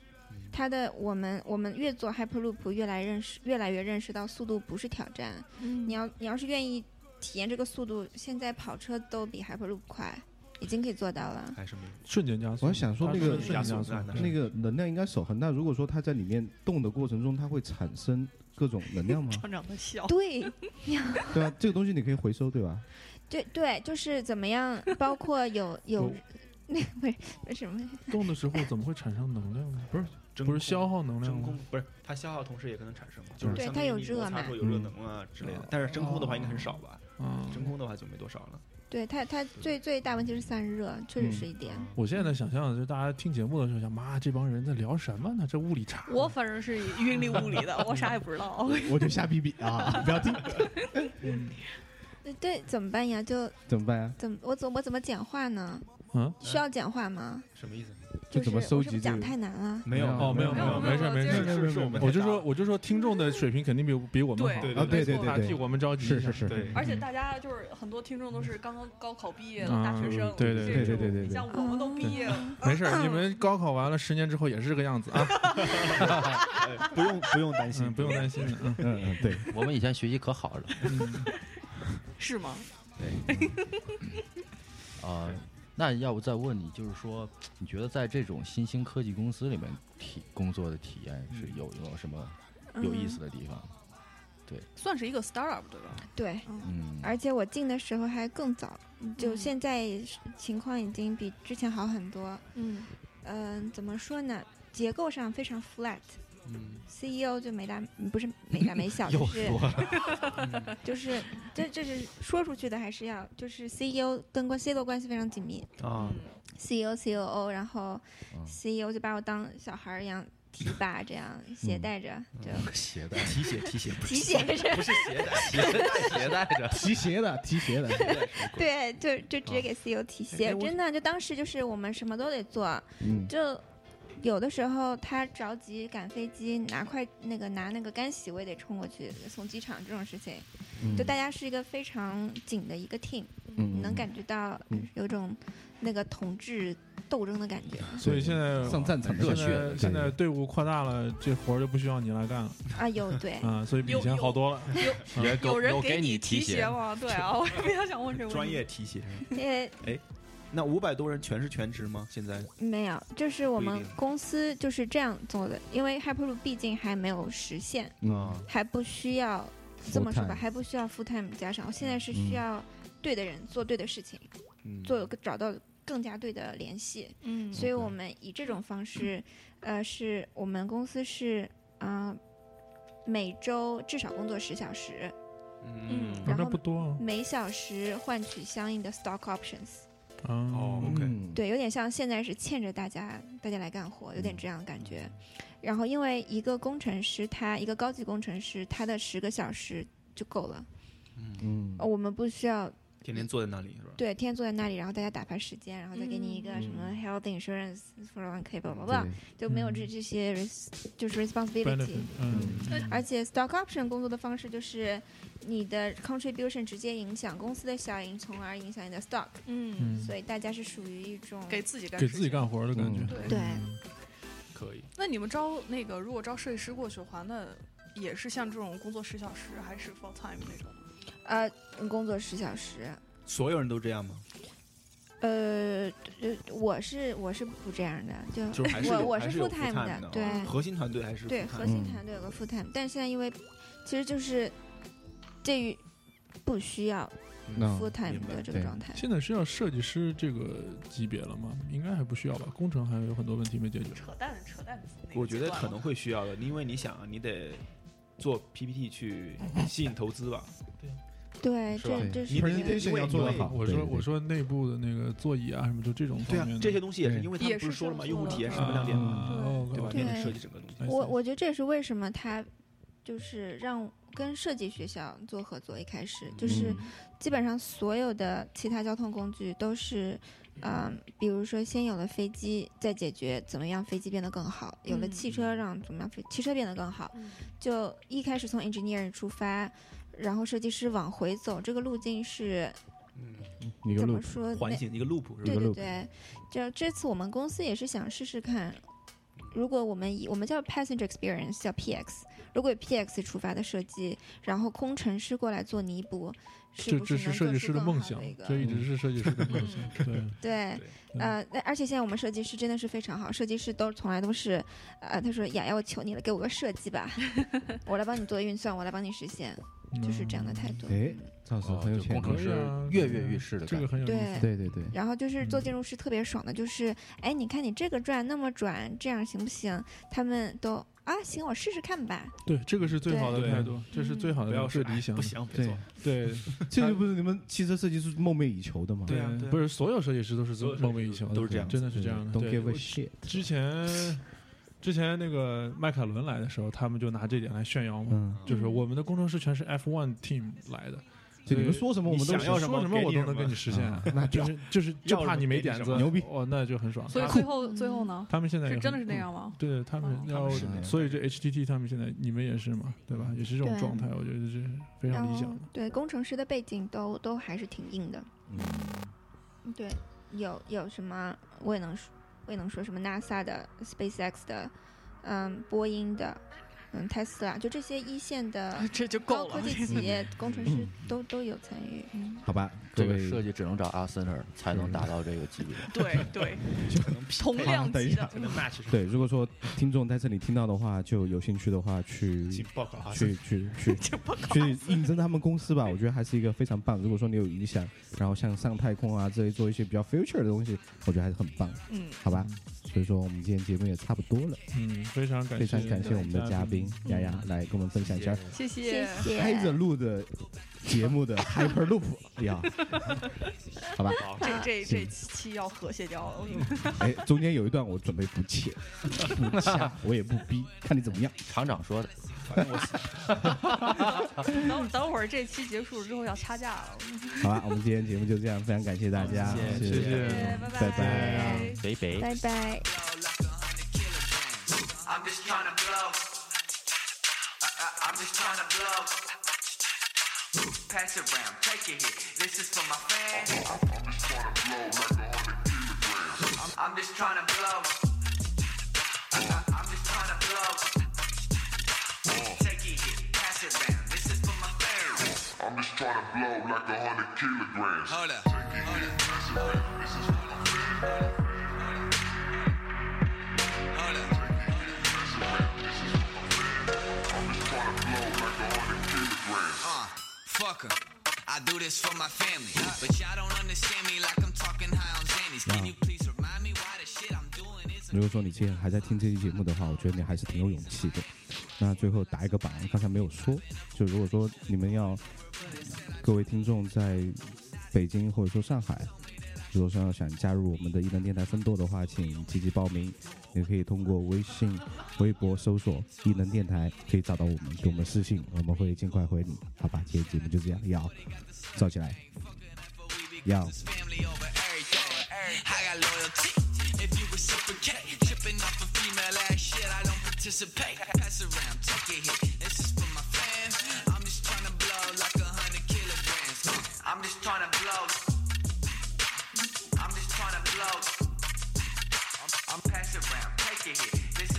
Speaker 7: 它的我们我们越做 Hyperloop，越来认识越来越认识到速度不是挑战。你
Speaker 6: 你
Speaker 7: 要你要是愿意体验这个速度，现在跑车都比 Hyperloop 快，已经可以做到了。
Speaker 8: 还是没有。
Speaker 4: 瞬间加速。
Speaker 1: 我想说那
Speaker 4: 它是
Speaker 1: 个
Speaker 4: 瞬间加速，
Speaker 1: 那个能量应该守恒。那如果说它在里面动的过程中，它会产生各种能
Speaker 6: ？
Speaker 1: 量吗
Speaker 6: 厂长在笑，
Speaker 7: 对，
Speaker 1: 对吧？这个东西你可以回收，对吧？
Speaker 7: 对对，就是怎么样，包括 有有那个不是不是什么
Speaker 4: 动的时候怎么会产生能量呢？不是
Speaker 8: 真
Speaker 4: 不
Speaker 8: 空
Speaker 4: 是消耗能量
Speaker 8: 真
Speaker 4: 吗
Speaker 8: 空？不是它消耗，同时也可能产生，就是
Speaker 7: 对
Speaker 8: 相
Speaker 7: 它
Speaker 8: 当于
Speaker 7: 有
Speaker 8: 你
Speaker 7: 热
Speaker 8: 摩擦
Speaker 7: 嘛
Speaker 8: 时候有热能啊之类的。但是真空的话应该很少吧？
Speaker 4: 嗯，
Speaker 8: 真空的话就没多少了。
Speaker 7: 对它它最最大问题是散热，确实
Speaker 8: 嗯
Speaker 7: 是一点。
Speaker 8: 啊
Speaker 4: 我现在在想象，就大家听节目的时候想，妈，这帮人在聊什么呢？这物理差。
Speaker 6: 我反正是云里雾里的，我啥也不知道。
Speaker 1: 我就瞎逼逼啊！不要听，
Speaker 7: 那对怎么办呀？就
Speaker 1: 怎么办啊呀？
Speaker 7: 怎么我怎我怎么简化呢？
Speaker 4: 嗯，
Speaker 7: 需要简化吗？
Speaker 8: 什么意思？
Speaker 1: 就
Speaker 7: 就
Speaker 1: 怎么
Speaker 7: 是
Speaker 1: 收
Speaker 7: 我是不
Speaker 1: 集
Speaker 7: 是
Speaker 1: 这
Speaker 7: 讲
Speaker 1: 个
Speaker 7: 太难了？
Speaker 8: 没
Speaker 1: 啊
Speaker 8: 有
Speaker 4: 哦，没有
Speaker 6: 没有
Speaker 4: 有，没事
Speaker 6: 没
Speaker 4: 没
Speaker 6: 有接着
Speaker 4: 事。
Speaker 8: 是是我们
Speaker 4: 我就说，我就说，听众的水平肯定比比我们好，
Speaker 6: 对
Speaker 8: 对
Speaker 1: 啊，对对
Speaker 4: 他
Speaker 1: 对
Speaker 4: 替
Speaker 1: 对，
Speaker 4: 我们着急。
Speaker 1: 是是 是，
Speaker 8: 对
Speaker 6: 而且大家就是很多听众都是刚刚高考毕业的
Speaker 4: 嗯
Speaker 6: 大学生，
Speaker 4: 对对
Speaker 6: 这
Speaker 1: 对对
Speaker 6: 种
Speaker 1: 对对
Speaker 6: 你
Speaker 1: 对
Speaker 6: 像我们都毕业了，
Speaker 4: 没事儿，你们高考完了十年之后也是这个样子啊，
Speaker 8: 不用不用担
Speaker 4: 嗯，不用担心的，嗯。
Speaker 1: 嗯嗯 对，
Speaker 3: 我们以前学习可好了
Speaker 6: 是吗？
Speaker 3: 啊、那要不再问你，就是说，你觉得在这种新兴科技公司里面体工作的体验
Speaker 6: 嗯
Speaker 3: 是有有什么有意思
Speaker 7: 嗯。
Speaker 3: 的地方？
Speaker 6: 算是一个 startup 对吧？
Speaker 7: 对，
Speaker 3: 嗯，
Speaker 6: 哎
Speaker 7: 而且我进的时候还更早，就
Speaker 6: 嗯
Speaker 7: 现在情况已经比之前好很多。
Speaker 6: 嗯，
Speaker 7: 嗯、怎么说呢？结构上非常 flat。
Speaker 8: 嗯
Speaker 7: CEO 就没大不是没大 没小，就是
Speaker 8: 嗯
Speaker 7: 就是 这这是说出去的，还是要就是 CEO 跟关 CEO 关系非常紧密 E
Speaker 8: 啊，
Speaker 6: 嗯
Speaker 7: ，CEO COO，然后
Speaker 3: 嗯
Speaker 7: CEO 就把我当小孩儿一样提拔，这样
Speaker 1: 嗯
Speaker 7: 携带着，就
Speaker 3: 携 带
Speaker 8: 提携提携不
Speaker 7: 提携着，
Speaker 8: 不是携带，
Speaker 3: 携带携带着，
Speaker 1: 提鞋的提鞋 的，
Speaker 7: 对，就就直接给 CEO 提
Speaker 8: 哎
Speaker 7: 携，
Speaker 8: 我
Speaker 7: 真的就当时就是我们什么都得做，
Speaker 1: 嗯
Speaker 7: 就。有的时候他着急赶飞机，拿快那个拿那个干洗我也得冲过去送机场这种事情，
Speaker 1: 嗯
Speaker 7: 就大家是一个非常紧的一个 team，你
Speaker 1: 嗯
Speaker 7: 能感觉到
Speaker 1: 嗯
Speaker 7: 有种那个统治斗争的感 觉
Speaker 4: 所以现在
Speaker 1: 上战场
Speaker 3: 热血
Speaker 4: 现
Speaker 3: 的
Speaker 4: 嗯在现在队伍扩大了，这活儿就不需要你来干了
Speaker 7: 啊！有对，
Speaker 4: 啊，所以比以前好多了。
Speaker 3: 也
Speaker 6: 有人
Speaker 3: 给
Speaker 6: 你
Speaker 3: 提
Speaker 6: 携吗？对 啊，我比较想
Speaker 7: 嗯
Speaker 6: 问这个问题。
Speaker 8: 专业提携。
Speaker 7: 也
Speaker 8: 那五百多人全是全职吗？现在
Speaker 7: 没有，就是我
Speaker 8: 不一
Speaker 7: 们
Speaker 8: 定
Speaker 7: 公司就是这样做的，因为 Hyperloop 毕竟还没有实现，
Speaker 8: 嗯
Speaker 1: 啊，
Speaker 4: 嗯
Speaker 7: 还不需要这么说
Speaker 1: Full
Speaker 7: 吧，
Speaker 1: time
Speaker 7: 还不需要 full time 加上，我现在是
Speaker 1: 嗯
Speaker 7: 需要对的人做对的事情，
Speaker 8: 嗯
Speaker 7: 做个找到更加对的联系。
Speaker 6: 嗯
Speaker 7: 所以我们以这种方式，呃，是我们公司是啊、呃每周至少工作十小时，
Speaker 5: 嗯
Speaker 7: 嗯
Speaker 4: 反
Speaker 7: 然
Speaker 4: 正
Speaker 7: 后
Speaker 4: 不多啊
Speaker 7: 每小时换取相应的 stock options。
Speaker 4: 啊。
Speaker 8: 哦，OK
Speaker 1: 嗯，
Speaker 7: 对，有点像现在是欠着大家，大家来干活，有点这样的感觉。然后，因为一个工程师他，一个高级工程师，他的十个小时就够了，
Speaker 1: 嗯
Speaker 7: 呃我们不需要
Speaker 8: 天天坐在那里是吧？
Speaker 7: 对天天坐在那里，然后大家打发时间，然后再给你一个什么 health insurance for one k 吧吧吧，就没有
Speaker 4: 嗯
Speaker 7: 这这些 res, 就是
Speaker 4: benefit，
Speaker 7: responsibility。
Speaker 4: 嗯，
Speaker 7: 而且 stock option 工作的方式就是你的 contribution 直接影响公司的效应，从而影响你的 stock，
Speaker 6: 嗯，
Speaker 4: 嗯，
Speaker 7: 所以大家是属于一种
Speaker 6: 给自己干
Speaker 4: 给
Speaker 6: 事
Speaker 4: 自己
Speaker 6: 情
Speaker 4: 干活的感觉
Speaker 1: 嗯。
Speaker 6: 对
Speaker 7: 对
Speaker 4: 嗯
Speaker 8: 可以，
Speaker 6: 那你们招那个如果招设计师过去的话，那也是像这种工作十小时还是 full time 那种吗？
Speaker 7: 呃工作十小时。
Speaker 8: 所有人都这样吗？
Speaker 7: 嗯呃，呃我是我是不这样的，就
Speaker 8: 就是还是
Speaker 7: 我
Speaker 8: 有
Speaker 7: 我
Speaker 8: 还
Speaker 7: 是
Speaker 8: 是有
Speaker 7: full time 的
Speaker 8: 的，啊
Speaker 7: 对
Speaker 8: 核心团队还是
Speaker 7: 对
Speaker 8: full time
Speaker 7: 核心
Speaker 1: 嗯
Speaker 7: 团队有个 full time，但是现在因为其实就是对于不需要
Speaker 1: 那
Speaker 7: full time
Speaker 8: 明白
Speaker 7: 的这
Speaker 1: 嗯对
Speaker 7: 个状态，
Speaker 4: 现在是要设计师这个级别了吗？应该还不需要吧，工程还有很多问题没解决。
Speaker 6: 扯淡，扯淡那个
Speaker 8: 我觉得
Speaker 6: 阶段
Speaker 8: 可能会需要的，因为你想，你得做 PPT 去吸引投资吧？
Speaker 7: 对，
Speaker 8: 是吧
Speaker 7: 这这
Speaker 8: 你
Speaker 7: 是
Speaker 8: 得
Speaker 7: 一个
Speaker 1: presentation 要做得好，
Speaker 4: 我
Speaker 1: 对
Speaker 4: 说
Speaker 1: 对
Speaker 4: 我说内部的那个座椅啊什么，就这种
Speaker 8: 对啊
Speaker 4: 方面的，
Speaker 8: 这些东西也是，
Speaker 1: 对
Speaker 8: 因为他
Speaker 6: 也
Speaker 8: 们
Speaker 6: 是
Speaker 8: 不说了吗？
Speaker 6: 这么
Speaker 8: 用户体验是
Speaker 6: 做的
Speaker 8: 不亮点嘛，
Speaker 4: 啊
Speaker 8: 对吧？
Speaker 4: OK，
Speaker 7: 对
Speaker 8: 你得设计整个东西。
Speaker 4: I see
Speaker 7: 我我觉得这也是为什么他就是让跟设计学校做合作，一开始就是
Speaker 1: 嗯
Speaker 7: 基本上所有的其他交通工具都是，嗯、比如说先有了飞机，再解决怎么样飞机变得更好，有了
Speaker 6: 嗯
Speaker 7: 汽车让怎么样飞汽车变得更好，
Speaker 6: 嗯
Speaker 7: 就一开始从 engineer 出发。然后设计师往回走，这个路径是
Speaker 8: 嗯，
Speaker 1: 一个
Speaker 7: 怎
Speaker 1: loop
Speaker 7: 么说？那
Speaker 8: 环形一个 loop 是
Speaker 7: 对
Speaker 8: 吧？
Speaker 7: 对
Speaker 1: loop
Speaker 7: 对，就这次我们公司也是想试试看，如果我们以我们叫 passenger experience 叫 PX，如果以 PX 出发的设计，然后工程师过来做弥补，是
Speaker 4: 这
Speaker 7: 不
Speaker 4: 这是
Speaker 7: 能做
Speaker 4: 设计师
Speaker 7: 出
Speaker 4: 的
Speaker 7: 更好
Speaker 4: 梦想嗯
Speaker 7: 一个，
Speaker 4: 这一直是设计师的梦想。对，
Speaker 7: 对，呃，那而且现在我们设计师真的是非常好，设计师都从来都是，呃，他说雅雅，我求你了，给我个设计吧， 我来帮你做运算，我来帮你实现，
Speaker 4: 嗯
Speaker 7: 就是这样的态度。
Speaker 1: 哎
Speaker 7: 嗯
Speaker 1: 赵老师
Speaker 3: 哦
Speaker 1: 很有
Speaker 3: 就
Speaker 1: 钱
Speaker 3: 工
Speaker 1: 的，
Speaker 3: 程师跃跃欲试的
Speaker 4: 这个很有意
Speaker 7: 对
Speaker 4: 思。
Speaker 1: 对对对，
Speaker 7: 然后就是做
Speaker 4: 嗯
Speaker 7: 建筑师特别爽的，就是哎，你看你这个转那么转，这样行不行？他们都啊，行，我试试看吧。
Speaker 4: 对，这个是最好的
Speaker 8: 对
Speaker 4: 态度，这是最好
Speaker 8: 不
Speaker 4: 的、
Speaker 8: 要
Speaker 4: 最
Speaker 8: 是
Speaker 4: 理想
Speaker 8: 不
Speaker 4: 的。
Speaker 8: 行，别
Speaker 1: 对
Speaker 8: 做。
Speaker 4: 对
Speaker 1: 这就不是你们汽车设计师梦寐以求的吗？
Speaker 8: 对啊对啊
Speaker 4: 不是所有设计师都是
Speaker 8: 所有设计师
Speaker 4: 梦寐以求的，
Speaker 8: 都是这样
Speaker 4: 真的是这样的。
Speaker 1: ，Don't
Speaker 4: 对
Speaker 1: give
Speaker 4: 我
Speaker 1: a shit。
Speaker 4: 之前之前那个迈凯伦来的时候，他们就拿这点来炫耀嘛，
Speaker 1: 嗯，
Speaker 4: 就是我们的工程师全是 F1 team 来来的，
Speaker 1: 就你们说什么我
Speaker 8: 你
Speaker 1: 们都
Speaker 8: 想要什
Speaker 4: 说
Speaker 8: 么
Speaker 4: 什么我
Speaker 8: 给你
Speaker 4: 都能
Speaker 8: 什么
Speaker 4: 给你实现
Speaker 1: 啊，那
Speaker 4: 就
Speaker 1: 屌
Speaker 4: 是就是就
Speaker 8: 要什
Speaker 4: 怕
Speaker 8: 么
Speaker 4: 你没
Speaker 8: 给你
Speaker 4: 点
Speaker 8: 什
Speaker 4: 子，
Speaker 8: 么
Speaker 1: 牛逼
Speaker 4: 哦，那就很爽。
Speaker 6: 所以
Speaker 4: 他
Speaker 6: 最后最后呢，
Speaker 4: 他们现在
Speaker 6: 是
Speaker 4: 也
Speaker 6: 真的
Speaker 4: 很
Speaker 6: 是那样吗？
Speaker 4: 对他们
Speaker 6: 哦他
Speaker 4: 要
Speaker 6: 们
Speaker 1: 是那，样
Speaker 4: 所以这 HTT 他们现在你们也是嘛，对吧？也是这种
Speaker 7: 对
Speaker 4: 状态，我觉得这是非
Speaker 7: 然
Speaker 4: 常理
Speaker 7: 后
Speaker 4: 想
Speaker 6: 嗯
Speaker 4: 的。
Speaker 7: 对工程师的背景都都还是挺硬的。
Speaker 1: 嗯
Speaker 4: 嗯
Speaker 7: 对，有有什么我也能说，我也能说什么 NASA 的、SpaceX 的，嗯，波音的，嗯，特斯拉，就这些一线的
Speaker 6: 这就
Speaker 7: 高
Speaker 6: 够
Speaker 7: 科
Speaker 6: 了。
Speaker 7: 技企业工程
Speaker 4: 嗯
Speaker 7: 师都都有参与。
Speaker 1: 好吧，各
Speaker 3: 这
Speaker 1: 位
Speaker 3: 个设计只能找阿森纳才能达到这个级别。
Speaker 6: 对 对，同
Speaker 1: 啊
Speaker 6: 量级的
Speaker 8: 可能 match 是
Speaker 1: 对，如果说听众在这里听到的话，就有兴趣的话去
Speaker 8: 请报告啊，
Speaker 1: 去去去
Speaker 6: 嗯 就不搞。
Speaker 1: 去应征他们公司吧，我觉得还是一个非常棒。如果说你有理想，然后像上太空啊这些做一些比较 future 的东西，我觉得还是很棒，
Speaker 6: 嗯，
Speaker 1: 好吧？所以说我们今天节目也差不多了，
Speaker 4: 嗯，非常感谢，
Speaker 1: 非常感谢我们的嘉宾丫丫来跟我们分享一下
Speaker 6: 谢
Speaker 7: 谢
Speaker 6: 谢。
Speaker 7: 谢，
Speaker 1: 开着录的节目的 Hyperloop 呀，好吧？
Speaker 6: 这这这期要和谐掉了，我跟嗯你说
Speaker 1: 哎，中间有一段我准备不切，不掐，我也不逼，看你怎么样。
Speaker 3: 厂长说的，
Speaker 6: 等等会儿这期结束之后要掐架了，
Speaker 1: 好吧，我们今天节目就这样，非常感谢大家，
Speaker 3: 谢
Speaker 4: 谢谢。
Speaker 6: 拜拜
Speaker 1: 拜拜。
Speaker 3: 北北。
Speaker 7: 拜拜。
Speaker 9: I'm just tryna blow. I, I, I'm just tryna blow. Pass it round, take it here. This is for my fans. I'm just tryna blow like a hundred kilograms. I'm, I'm just tryna blow. I, I, I'm just tryna blow. Take it here, pass it round. This is for my fans.
Speaker 10: I'm just trying to blow like a hundred kilograms.
Speaker 9: Hold up. Hold up. Hold up.
Speaker 10: I'm just trying to blow like a hundred kilograms.
Speaker 9: Uh, fuck 'em.
Speaker 8: I do this for my family. But y'all don't understand me like I'm talking high on Xannies. Can
Speaker 1: Yeah.
Speaker 8: you please remind me why the shit I'm doing is
Speaker 1: 如果说你现在还在听这期节目的话，我觉得你还是挺有勇气的。那最后打一个榜，刚才没有说，就如果说你们要各位听众在北京或者说上海，如果说要想加入我们的异能电台分舵的话，请积极报名。也可以通过微信、微博搜索“异能电台”，可以找到我们，给我们私信，我们会尽快回你。好吧，今天节目就这样，要燥起来，要。
Speaker 8: family over everything. I got loyalty. If you reciprocate, tripping off a female ass shit, I don't participate. Pass around, take a hit. This is for my fans. I'm just tryna blow like a hundred kilograms. I'm just tryna blow. I'm just tryna blow. I'm, I'm pass around, take a hit. This